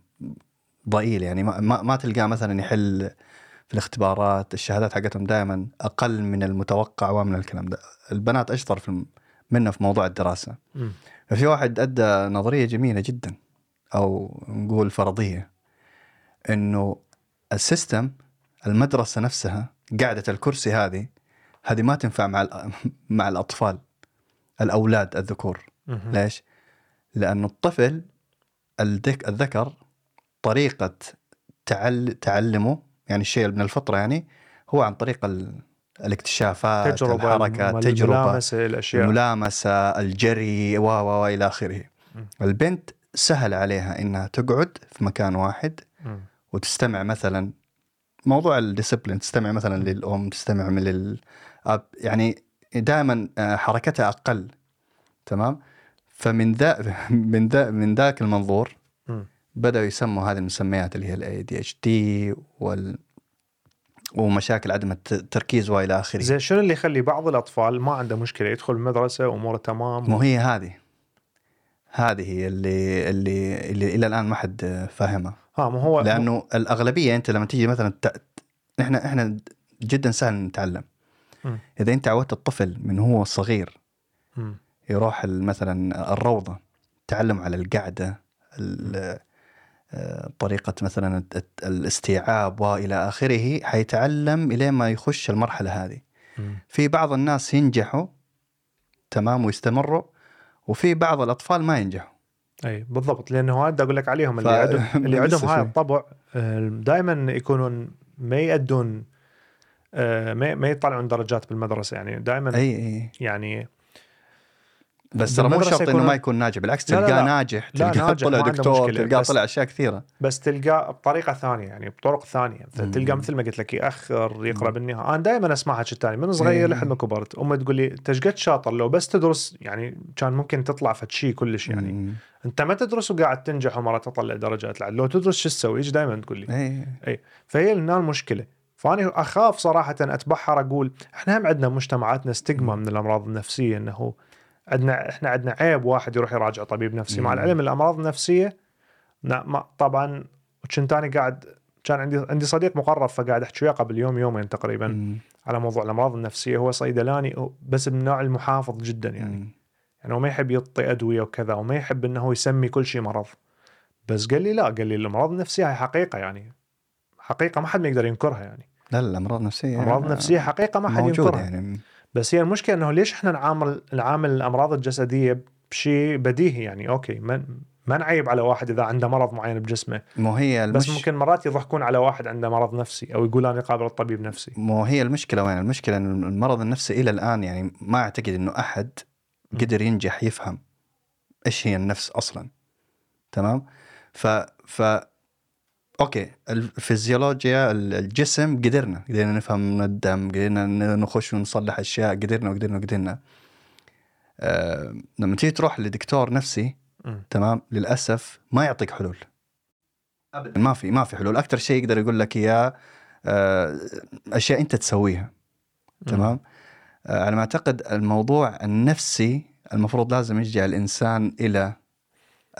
ضئيله يعني ما, ما, ما تلقاه مثلا يحل في الاختبارات الشهادات حقتهم دائما اقل من المتوقع ومن الكلام ده البنات اشطر في الم- منا في موضوع الدراسه
مم.
ففي واحد ادى نظريه جميله جدا او نقول فرضيه انه السيستم المدرسه نفسها قاعده الكرسي هذه هذه ما تنفع مع الأ- مع الاطفال الاولاد الذكور
مم.
ليش؟ لانه الطفل الذك الذكر طريقه تعل تعلمه يعني الشيء من الفطره يعني هو عن طريق ال... الاكتشافات
تجربه
الحركه
الم-
التجربه
الملامسه الاشياء
الملامسه الجري و و و الى اخره
مم.
البنت سهل عليها انها تقعد في مكان واحد
مم.
وتستمع مثلا موضوع الديسبلين تستمع مثلا للام تستمع من للاب يعني دائما حركتها اقل تمام فمن ذا من ذا من ذاك المنظور
مم.
بداوا يسموا هذه المسميات اللي هي الاي دي اتش دي وال ومشاكل عدم التركيز والى اخره
زين شنو اللي يخلي بعض الاطفال ما عنده مشكله يدخل المدرسه واموره تمام
مو هي هذه هذه هي اللي اللي اللي الى الان ما حد فاهمها
ها مو هو
لانه الاغلبيه انت لما تيجي مثلا ت... احنا احنا جدا سهل نتعلم
مم.
اذا انت عودت الطفل من هو صغير
مم.
يروح ال- مثلا الروضه تعلم على القعده ال- آه، طريقه مثلا الت- الت- الاستيعاب والى اخره حيتعلم الين ما يخش المرحله هذه
مم.
في بعض الناس ينجحوا تمام ويستمروا وفي بعض الاطفال ما ينجحوا
اي بالضبط لانه هذا اقول لك عليهم اللي
ف-
عندهم اللي عندهم
لسه
هذا
شوي.
الطبع دائما يكونون ما يأدون آه، ما ما يطلعون درجات بالمدرسه يعني دائما
اي اي
يعني
بس ترى مو
بالمدرسة
شرط انه
يكونون-
ما يكون ناجح بالعكس
لا، لا،
تلقاه
لا.
ناجح
لا،
تلقاه
ناجح، ما
طلع
عنده
دكتور
مشكلة،
تلقاه
بس-
طلع اشياء كثيره
بس تلقاه بطريقه ثانيه يعني بطرق ثانيه مثل
مم.
تلقى مثل ما قلت لك ياخر يقرا
مم.
بالنهايه انا دائما اسمع هالشيء الثاني من
إيه.
صغير لحد ما كبرت امي تقول لي انت ايش قد شاطر لو بس تدرس يعني كان ممكن تطلع فد شيء كلش يعني
مم.
انت ما تدرس وقاعد تنجح ومره تطلع درجات العدل لو تدرس شو تسوي ايش دائما تقول لي
اي
فهي هنا المشكله فانا اخاف صراحه اتبحر اقول احنا هم عندنا مجتمعاتنا ستيغما من الامراض النفسيه انه عندنا احنا عندنا عيب واحد يروح يراجع طبيب نفسي مع
مم.
العلم الامراض النفسيه لا ما طبعا كنت انا قاعد كان عندي عندي صديق مقرب فقاعد احكي وياه قبل يوم يومين تقريبا
مم.
على موضوع الامراض النفسيه هو صيدلاني بس من النوع المحافظ جدا يعني
مم.
يعني هو ما يحب يعطي ادويه وكذا وما يحب انه هو يسمي كل شيء مرض بس قال لي لا قال لي الامراض النفسيه هي حقيقه يعني حقيقه ما حد ما يقدر ينكرها يعني
لا لا الامراض النفسيه
امراض نفسيه حقيقه ما حد
موجوده
ينكرها
يعني
بس هي المشكله انه ليش احنا نعامل نعامل الامراض الجسديه بشيء بديهي يعني اوكي ما ما نعيب على واحد اذا عنده مرض معين بجسمه
مو هي
بس
المش...
ممكن مرات يضحكون على واحد عنده مرض نفسي او يقول انا قابل الطبيب نفسي
مو هي المشكله وين المشكله ان المرض النفسي الى الان يعني ما اعتقد انه احد
م.
قدر ينجح يفهم ايش هي النفس اصلا تمام ف ف اوكي الفيزيولوجيا ال- الجسم قدرنا قدرنا نفهم من الدم قدرنا ن- نخش ونصلح اشياء قدرنا وقدرنا وقدرنا أه لما تيجي تروح لدكتور نفسي
مم.
تمام للاسف ما يعطيك حلول ابدا ما في ما في حلول اكثر شيء يقدر يقول لك اياه آه، اشياء انت تسويها تمام آه، على ما اعتقد الموضوع النفسي المفروض لازم يرجع الانسان الى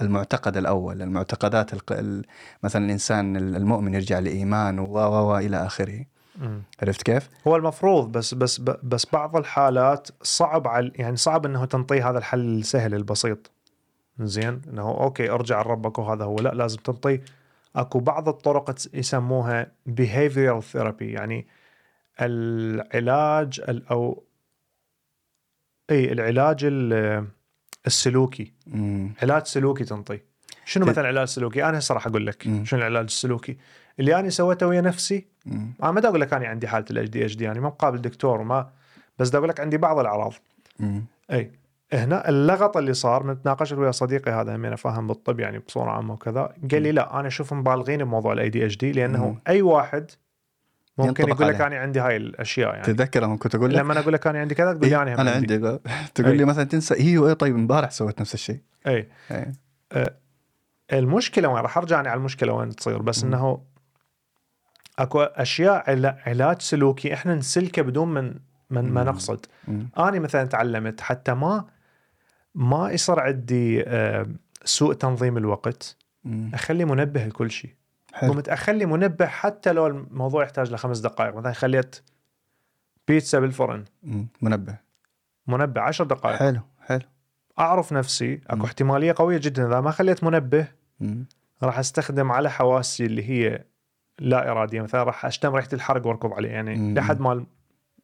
المعتقد الاول المعتقدات الق... ال- مثلا الانسان المؤمن يرجع لايمان و و و الى اخره
مم.
عرفت كيف؟
هو المفروض بس بس بس بعض الحالات صعب على يعني صعب انه تنطيه هذا الحل السهل البسيط زين انه اوكي ارجع لربك وهذا هو لا لازم تنطيه اكو بعض الطرق تس- يسموها behavioral therapy يعني العلاج ال- او اي العلاج ال- السلوكي
مم.
علاج سلوكي تنطيه شنو
ت-
مثلا علاج سلوكي انا هسه راح اقول لك
مم.
شنو العلاج السلوكي اللي انا سويته ويا نفسي
مم.
انا ما دا اقول لك انا عندي حاله الاتش دي اتش دي يعني ما مقابل دكتور وما بس دا اقول لك عندي بعض الاعراض
مم.
اي هنا اللغط اللي صار متناقش ويا صديقي هذا من فاهم بالطب يعني بصوره عامه وكذا قال لي لا انا اشوف مبالغين بموضوع الاي دي اتش دي لانه
مم.
اي واحد ممكن
ينطبق
يقول لك
عليه.
انا عندي هاي الاشياء يعني
تتذكر لما كنت اقول لك
لما انا اقول لك انا عندي كذا تقول لي
إيه،
انا هم
انا عندي تقول لي
إيه.
مثلا تنسى هي اي طيب امبارح سويت نفس الشيء
اي
إيه.
المشكله وين راح ارجع أنا على المشكله وين تصير بس
مم.
انه اكو اشياء عل- علاج سلوكي احنا نسلكه بدون من من ما
مم.
نقصد
مم.
أنا مثلا تعلمت حتى ما ما يصير عندي آه، سوء تنظيم الوقت
مم.
أخلي منبه لكل شيء
حلو
قمت أخلي منبه حتى لو الموضوع يحتاج لخمس دقائق مثلا خليت بيتزا بالفرن
مم. منبه
منبه عشر دقائق
حلو حلو
أعرف نفسي أكو
مم.
احتمالية قوية جدا إذا ما خليت منبه
مم.
راح أستخدم على حواسي اللي هي لا إرادية مثلا راح أشتم ريحة الحرق وأركض عليه يعني
مم.
لحد ما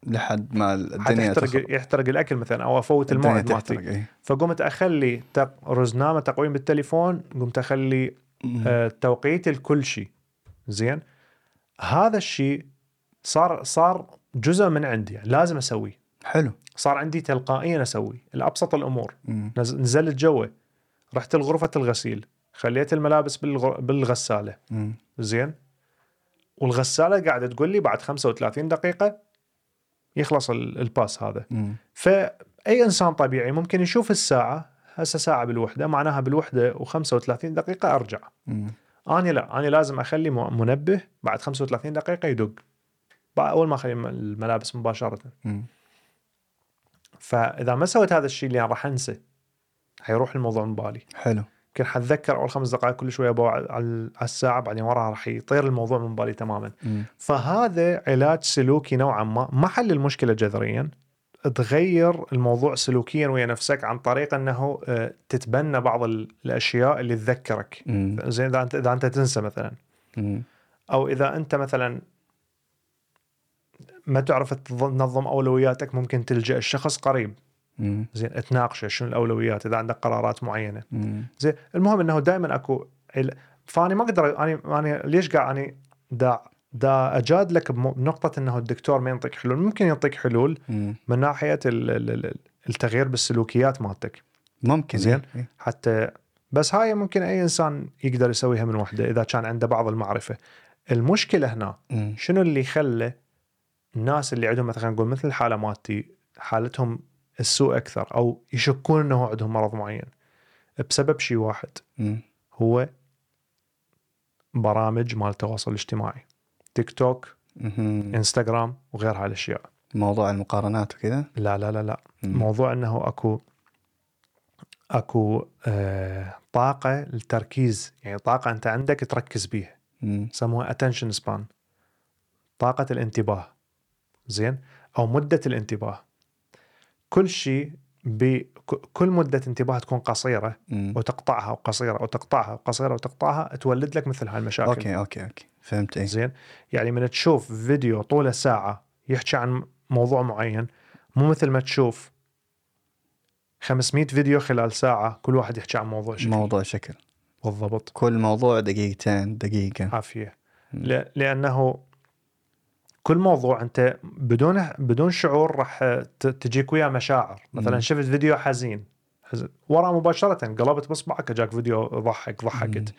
لحد ما
حتى
الدنيا تخرب.
يحترق يحترق الأكل مثلا أو أفوت
الدنيا
الموعد مالتي
تحترق إيه.
فقمت اخلي تق... رزنامه تقويم بالتليفون قمت اخلي
مم.
آه توقيت لكل شيء زين هذا الشيء صار صار جزء من عندي يعني لازم اسويه
حلو
صار عندي تلقائيا اسويه الابسط الامور
مم.
نز- نزلت جوا رحت لغرفه الغسيل خليت الملابس بالغ... بالغساله
مم.
زين والغساله قاعده تقول لي بعد 35 دقيقه يخلص ال- الباس هذا
مم.
فاي انسان طبيعي ممكن يشوف الساعه هسه ساعه بالوحده معناها بالوحده و35 دقيقه ارجع
مم.
انا لا انا لازم اخلي م- منبه بعد 35 دقيقه يدق بع- اول ما اخلي الم- الملابس مباشره
مم.
فاذا ما سويت هذا الشيء اللي أنا راح انسى حيروح الموضوع من بالي
حلو
يمكن حتذكر اول خمس دقائق كل شويه بوع على على الساعه بعدين وراها راح يطير الموضوع من بالي تماما
مم.
فهذا علاج سلوكي نوعا ما ما حل المشكله جذريا تغير الموضوع سلوكيا ويا نفسك عن طريق انه آه، تتبنى بعض ال- الاشياء اللي تذكرك
مم.
زين اذا انت اذا انت تنسى مثلا
مم.
او اذا انت مثلا ما تعرف تظ- تنظم اولوياتك ممكن تلجا الشخص قريب
مم.
زين تناقشه شنو الاولويات اذا عندك قرارات معينه
مم.
زين المهم انه دائما اكو عل- فاني ما اقدر انا انا ليش قاعد اني دا دا اجادلك بم- بنقطه انه الدكتور ما ينطيك حلول ممكن ينطيك حلول
مم.
من ناحيه ال- ال- ال- التغيير بالسلوكيات مالتك
ممكن
زين.
إيه.
حتى بس هاي ممكن اي انسان يقدر يسويها من وحده اذا كان عنده بعض المعرفه المشكله هنا
مم.
شنو اللي خلى الناس اللي عندهم مثلا نقول مثل الحاله مالتي حالتهم السوء اكثر او يشكون انه عندهم مرض معين بسبب شيء واحد
مم.
هو برامج مال التواصل الاجتماعي تيك توك
مم.
انستغرام وغير هالاشياء
موضوع المقارنات وكذا
لا لا لا لا
مم.
موضوع انه اكو اكو آه طاقه للتركيز يعني طاقه انت عندك تركز بيها
مم.
يسموها attention span طاقة الانتباه زين أو مدة الانتباه كل شيء ب- ك- كل مدة انتباه تكون قصيرة
مم.
وتقطعها وقصيرة وتقطعها وقصيرة وتقطعها تولد لك مثل هالمشاكل
اوكي اوكي اوكي فهمت ايه
زين يعني من تشوف فيديو طوله ساعة يحكي عن موضوع معين مو مثل ما تشوف 500 فيديو خلال ساعة كل واحد يحكي عن موضوع شكل
موضوع شكل
بالضبط
كل موضوع دقيقتين دقيقة
عافيه
مم.
ل- لانه كل موضوع انت بدون بدون شعور راح ت- تجيك وياه مشاعر مثلا
مم.
شفت فيديو حزين حز- ورا مباشره قلبت بصبعك اجاك فيديو ضحك ضحكت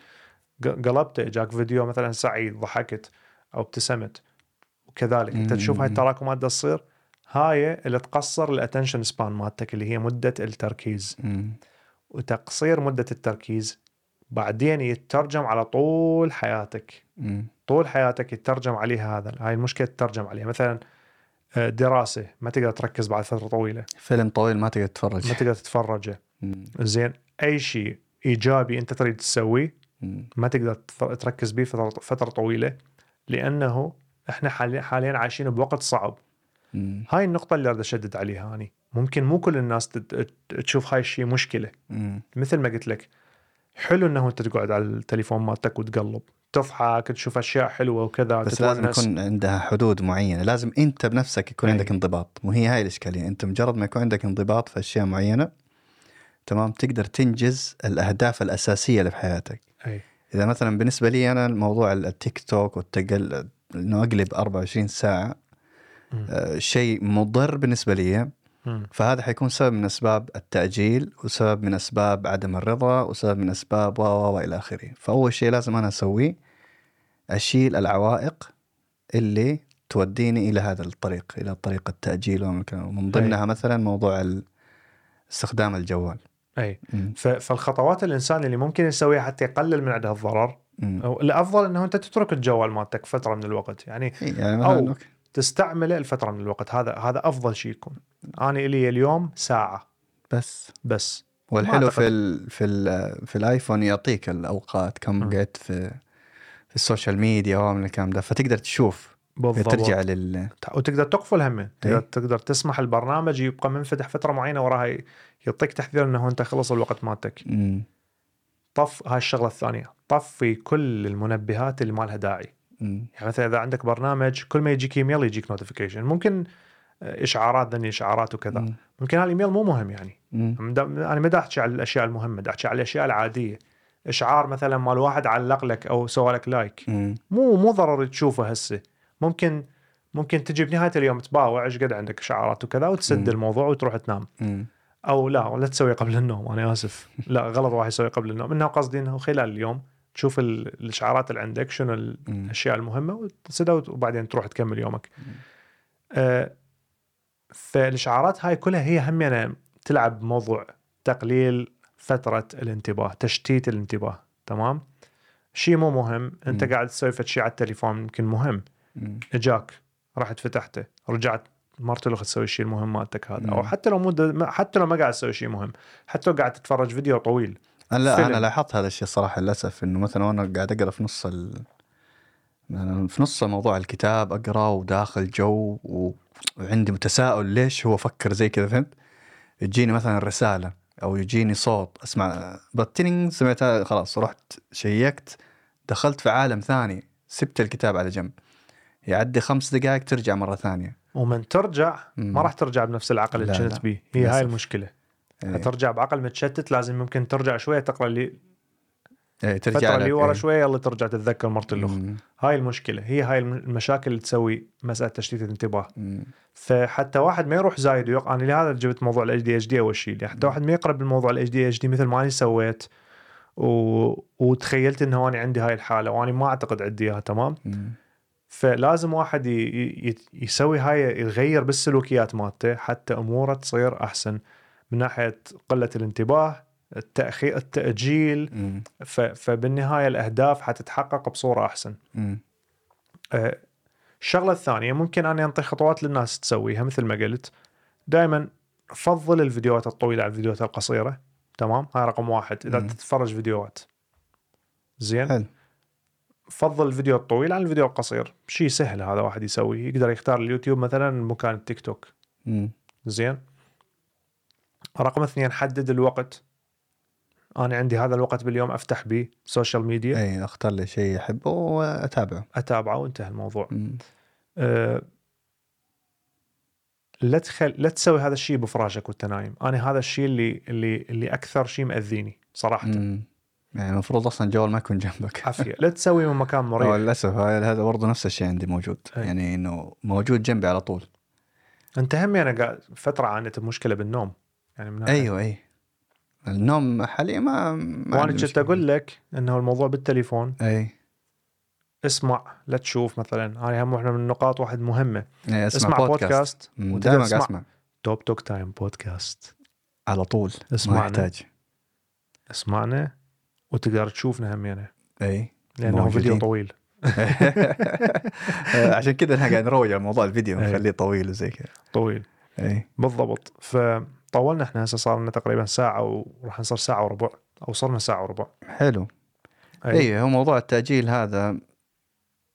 ق- قلبته اجاك فيديو مثلا سعيد ضحكت او ابتسمت وكذلك انت
مم.
تشوف هاي التراكمات دا تصير هاي اللي تقصر الاتنشن سبان مالتك اللي هي مده التركيز
مم.
وتقصير مده التركيز بعدين يترجم على طول حياتك
مم.
طول حياتك يترجم عليها هذا هاي المشكله تترجم عليها مثلا آه، دراسه ما تقدر تركز بعد فتره طويله
فيلم طويل ما تقدر تتفرج
ما تقدر تتفرجه
مم.
زين اي شيء ايجابي انت تريد تسويه
مم.
ما تقدر تف- تركز به فتره فتره طويله لانه احنا حالي- حاليا عايشين بوقت صعب
مم.
هاي النقطه اللي اريد اشدد عليها اني ممكن مو كل الناس تت- تشوف هاي الشيء مشكله
مم.
مثل ما قلت لك حلو انه انت تقعد على التليفون مالتك وتقلب تضحك تشوف اشياء حلوه وكذا
بس لازم
تتونس.
يكون عندها حدود معينة لازم انت بنفسك يكون
أي.
عندك انضباط وهي هاي الاشكالية انت مجرد ما يكون عندك انضباط في اشياء معينة تمام تقدر تنجز الاهداف الاساسية اللي في حياتك
اي
اذا مثلا بالنسبه لي انا الموضوع التيك توك والتقل انه اقلب 24 ساعه
مم.
آه، شيء مضر بالنسبه لي
مم.
فهذا حيكون سبب من اسباب التاجيل وسبب من اسباب عدم الرضا وسبب من اسباب و و و الى اخره فاول شيء لازم انا اسويه اشيل العوائق اللي توديني الى هذا الطريق الى طريق التاجيل ومن كان- ومن
طيب.
ضمنها مثلا موضوع ال- استخدام الجوال
اي
مم.
ف- فالخطوات الانسان اللي ممكن يسويها حتى يقلل من عندها الضرر
مم.
أو الافضل انه انت تترك الجوال مالتك فتره من الوقت يعني
إيه، يعني مثلا
أو-
أوكي.
تستعمله لفتره من الوقت هذا هذا افضل شيء يكون انا لي اليوم ساعه
بس
بس ما
والحلو
أعتقد.
في ال في ال في الايفون يعطيك الاوقات كم
مم.
قعدت في في السوشيال ميديا ومن الكلام ده فتقدر تشوف
بالضبط
يعني ترجع لل
ت- وتقدر تقفل هم تقدر,
إيه.
تقدر تسمح البرنامج يبقى منفتح فتره معينه وراها ي- يعطيك تحذير انه انت خلص الوقت مالتك
مم.
طف هاي الشغله الثانيه طفي كل المنبهات اللي ما لها داعي
مم.
يعني مثلا اذا عندك برنامج كل ما يجيك ايميل يجيك نوتيفيكيشن ممكن آه، اشعارات ذني اشعارات وكذا
مم.
ممكن هالايميل مو مهم يعني
مم.
مدا- انا ما دا احكي على الاشياء المهمه دا احكي على الاشياء العاديه اشعار مثلا مال واحد علق لك او سوى لك لايك
مم.
مو مو ضروري تشوفه هسه ممكن ممكن تجي بنهايه اليوم تباوع ايش قد عندك اشعارات وكذا وتسد
مم.
الموضوع وتروح تنام
مم.
او لا لا تسوي قبل النوم انا اسف لا غلط واحد يسوي قبل النوم انه قصدي انه خلال اليوم تشوف ال- الاشعارات اللي عندك شنو ال-
مم.
الاشياء المهمه وتسدها وت- وبعدين تروح تكمل يومك آه، فالاشعارات هاي كلها هي همينة تلعب بموضوع تقليل فتره الانتباه تشتيت الانتباه تمام شيء مو مهم انت
مم.
قاعد تسوي فد شيء على التليفون يمكن مهم
مم.
اجاك رحت فتحته رجعت مرت له تسوي الشيء المهم مالتك هذا او
مم.
حتى لو مو د- ما- حتى لو ما قاعد تسوي شيء مهم حتى لو قاعد تتفرج فيديو طويل
انا لا انا
فيلم.
لاحظت هذا الشيء صراحه للاسف انه مثلا وانا قاعد اقرا في نص ال... أنا في نص موضوع الكتاب اقرا وداخل جو و- وعندي متساؤل ليش هو فكر زي كذا فهمت؟ تجيني مثلا رساله او يجيني صوت اسمع بتنينج سمعتها خلاص رحت شيكت دخلت في عالم ثاني سبت الكتاب على جنب يعدي خمس دقائق ترجع مره ثانيه
ومن ترجع
مم.
ما راح ترجع بنفس العقل اللي
لا،
كنت
لا.
بيه هي
للأسف.
هاي المشكله
إيه.
ترجع بعقل متشتت لازم ممكن ترجع شويه تقرا اللي فتره
إيه، ترجع لك،
اللي ورا
إيه.
شويه يلا ترجع تتذكر مرت الاخرى
مم.
هاي المشكله هي هاي الم- المشاكل اللي تسوي مساله تشتيت الانتباه
مم.
فحتى واحد ما يروح زايد ويقع انا لهذا جبت موضوع الاتش دي اتش دي اول شيء يعني حتى واحد ما يقرب الموضوع الاتش دي اتش دي مثل ما انا سويت و... وتخيلت انه انا عندي هاي الحاله وانا ما اعتقد عندي اياها تمام
مم.
فلازم واحد ي... ي... يسوي هاي يغير بالسلوكيات مالته حتى اموره تصير احسن من ناحيه قله الانتباه التاخير التاجيل
مم.
ف... فبالنهايه الاهداف حتتحقق بصوره احسن
مم.
آه، الشغله الثانيه ممكن انا انطي خطوات للناس تسويها مثل ما قلت دائما فضل الفيديوهات الطويله على الفيديوهات القصيره تمام هاي رقم واحد اذا
مم.
تتفرج فيديوهات زين
حلو
فضل الفيديو الطويل عن الفيديو القصير شيء سهل هذا واحد يسويه يقدر يختار اليوتيوب مثلا مكان التيك توك
مم.
زين رقم اثنين حدد الوقت انا عندي هذا الوقت باليوم افتح به سوشيال ميديا
اي اختار لي شيء احبه واتابعه
اتابعه وانتهى الموضوع
مم.
أه، لا تخل... لا تسوي هذا الشيء بفراشك وانت نايم، انا هذا الشيء اللي اللي اللي اكثر شيء مأذيني صراحه
مم. يعني المفروض اصلا الجوال ما يكون جنبك
عافيه، لا تسوي من مكان
أو
مريح،
للاسف هاي- هذا برضه نفس الشيء عندي موجود
أي.
يعني انه موجود جنبي على طول
انت هم انا قاعد فتره عانيت بمشكله بالنوم يعني من هاي.
ايوه اي النوم حاليا ما, ما
وانا
عندي
كنت
مشكلة.
اقول لك انه الموضوع بالتليفون
اي
اسمع لا تشوف مثلا انا هم احنا من النقاط واحد مهمه
إي، اسمع,
اسمع بودكاست
مم،
وتقدر
دائما قاعد
تسمع
اسمع
توب توك تايم بودكاست
على طول ما
اسمعنا.
يحتاج
اسمعنا وتقدر تشوفنا همينه
اي
لانه فيديو
موجودين.
طويل
عشان كذا احنا قاعد نروج على موضوع الفيديو
أي.
نخليه طويل وزي كذا
طويل
اي
بالضبط فطولنا احنا هسه صار لنا تقريبا ساعه وراح نصير ساعه وربع او صرنا ساعه وربع
حلو
أي.
اي هو موضوع التاجيل هذا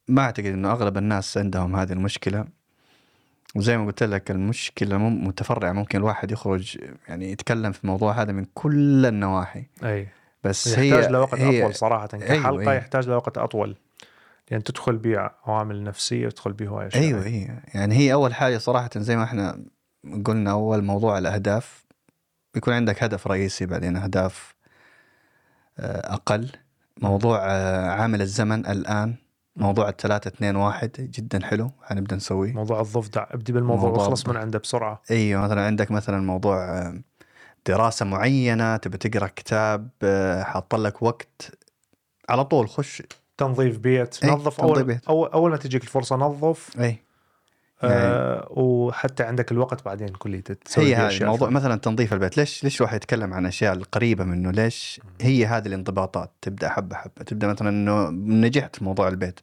ما اعتقد انه اغلب الناس عندهم هذه المشكله وزي ما قلت لك المشكله مم- متفرعه ممكن الواحد يخرج يعني يتكلم في الموضوع هذا من كل النواحي
اي
بس هي
يحتاج لوقت
هي
اطول صراحه كحلقه
أيوة، أيوة.
يحتاج لوقت اطول لان يعني تدخل بيه عوامل نفسيه وتدخل بيه هواي أشياء.
ايوه ايوه يعني هي اول حاجه صراحه زي ما احنا قلنا اول موضوع الاهداف بيكون عندك هدف رئيسي بعدين اهداف آه، اقل موضوع آه، عامل الزمن الان موضوع الثلاثة اثنين واحد جدا حلو حنبدا نسويه
موضوع الضفدع ابدي بالموضوع
موضوع
واخلص من
الضفدع.
عنده بسرعه
ايوه مثلا عندك مثلا موضوع آه، دراسه معينه تبي تقرا كتاب آه، حاط لك وقت على طول خش
تنظيف بيت
أي،
نظف
تنظيف
اول
بيت.
اول اول ما تجيك الفرصه نظف
اي
آه وحتى عندك الوقت بعدين كلية تسوي
هي
بيه
هذه
أشياء
الموضوع مثلا تنظيف البيت ليش ليش الواحد يتكلم عن اشياء القريبه منه ليش هي هذه الانضباطات تبدا حبه حبه تبدا مثلا انه نجحت في موضوع البيت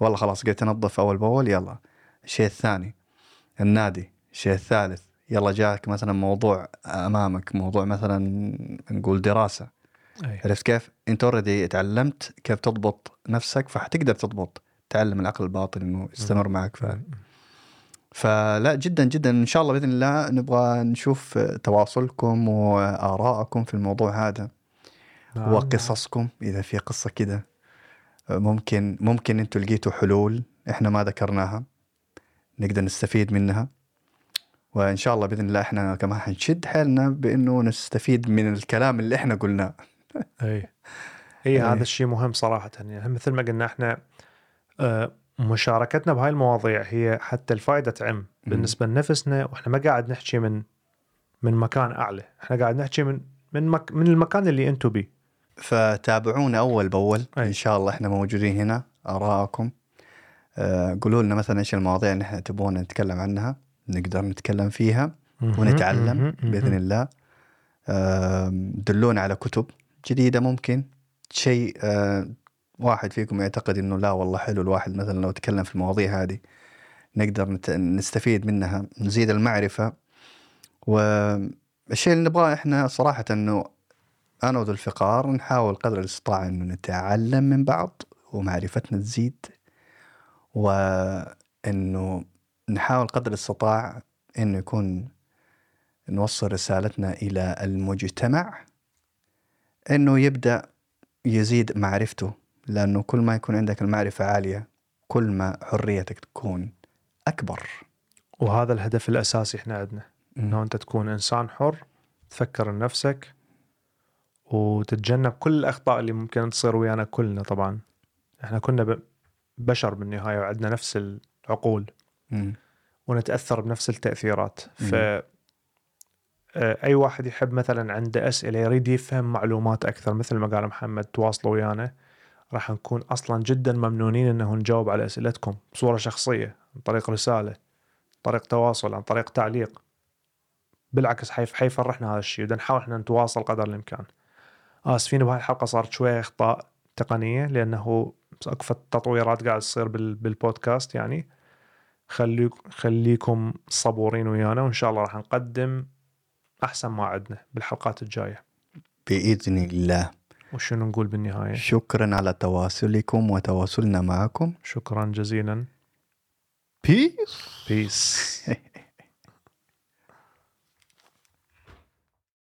والله خلاص قلت انظف اول باول يلا الشيء الثاني النادي الشيء الثالث يلا جاك مثلا موضوع امامك موضوع مثلا نقول دراسه
أي.
عرفت كيف؟ انت اوريدي تعلمت كيف تضبط نفسك فحتقدر تضبط تعلم العقل الباطن انه يستمر معك ف... فلا جدا جدا ان شاء الله باذن الله نبغى نشوف تواصلكم وارائكم في الموضوع هذا
نعم.
وقصصكم اذا في قصه كده ممكن ممكن انتم لقيتوا حلول احنا ما ذكرناها نقدر نستفيد منها وان شاء الله باذن الله احنا كمان حنشد حيلنا بانه نستفيد من الكلام اللي احنا قلناه
اي اي
إيه.
هذا الشيء مهم صراحه يعني مثل ما قلنا احنا آه، مشاركتنا بهاي المواضيع هي حتى الفائده تعم بالنسبه لنفسنا واحنا ما قاعد نحكي من من مكان اعلى احنا قاعد نحكي من من مك من المكان اللي انتم بيه
فتابعونا اول باول
أي.
ان شاء الله احنا موجودين هنا ارائكم آه، قولوا لنا مثلا ايش المواضيع اللي احنا تبغونا نتكلم عنها نقدر نتكلم فيها ونتعلم باذن الله آم، دلونا على كتب جديده ممكن شيء آه، واحد فيكم يعتقد انه لا والله حلو الواحد مثلا لو تكلم في المواضيع هذه نقدر نت- نستفيد منها نزيد المعرفه والشيء اللي نبغاه احنا صراحه انه انا وذو الفقار نحاول قدر الاستطاعه انه نتعلم من بعض ومعرفتنا تزيد وانه نحاول قدر الاستطاع انه يكون نوصل رسالتنا الى المجتمع انه يبدا يزيد معرفته لانه كل ما يكون عندك المعرفه عاليه كل ما حريتك تكون اكبر
وهذا الهدف الاساسي احنا عندنا انه انت تكون انسان حر تفكر بنفسك وتتجنب كل الاخطاء اللي ممكن تصير ويانا كلنا طبعا احنا كنا ب- بشر بالنهايه وعندنا نفس العقول
مم.
ونتاثر بنفس التاثيرات ف
مم.
آه، اي واحد يحب مثلا عنده اسئله يريد يفهم معلومات اكثر مثل ما قال محمد تواصلوا ويانا راح نكون اصلا جدا ممنونين انه نجاوب على اسئلتكم بصوره شخصيه عن طريق رساله عن طريق تواصل عن طريق تعليق بالعكس حيف حيفرحنا هذا الشيء بدنا نحاول احنا نتواصل قدر الامكان اسفين بهاي الحلقه صارت شويه اخطاء تقنيه لانه اكو تطويرات قاعد تصير بال- بالبودكاست يعني خليك خليكم صبورين ويانا وان شاء الله راح نقدم احسن ما عندنا بالحلقات الجايه
باذن الله
وشنو نقول بالنهايه
شكرا على تواصلكم وتواصلنا معكم
شكرا جزيلا
بيس
بيس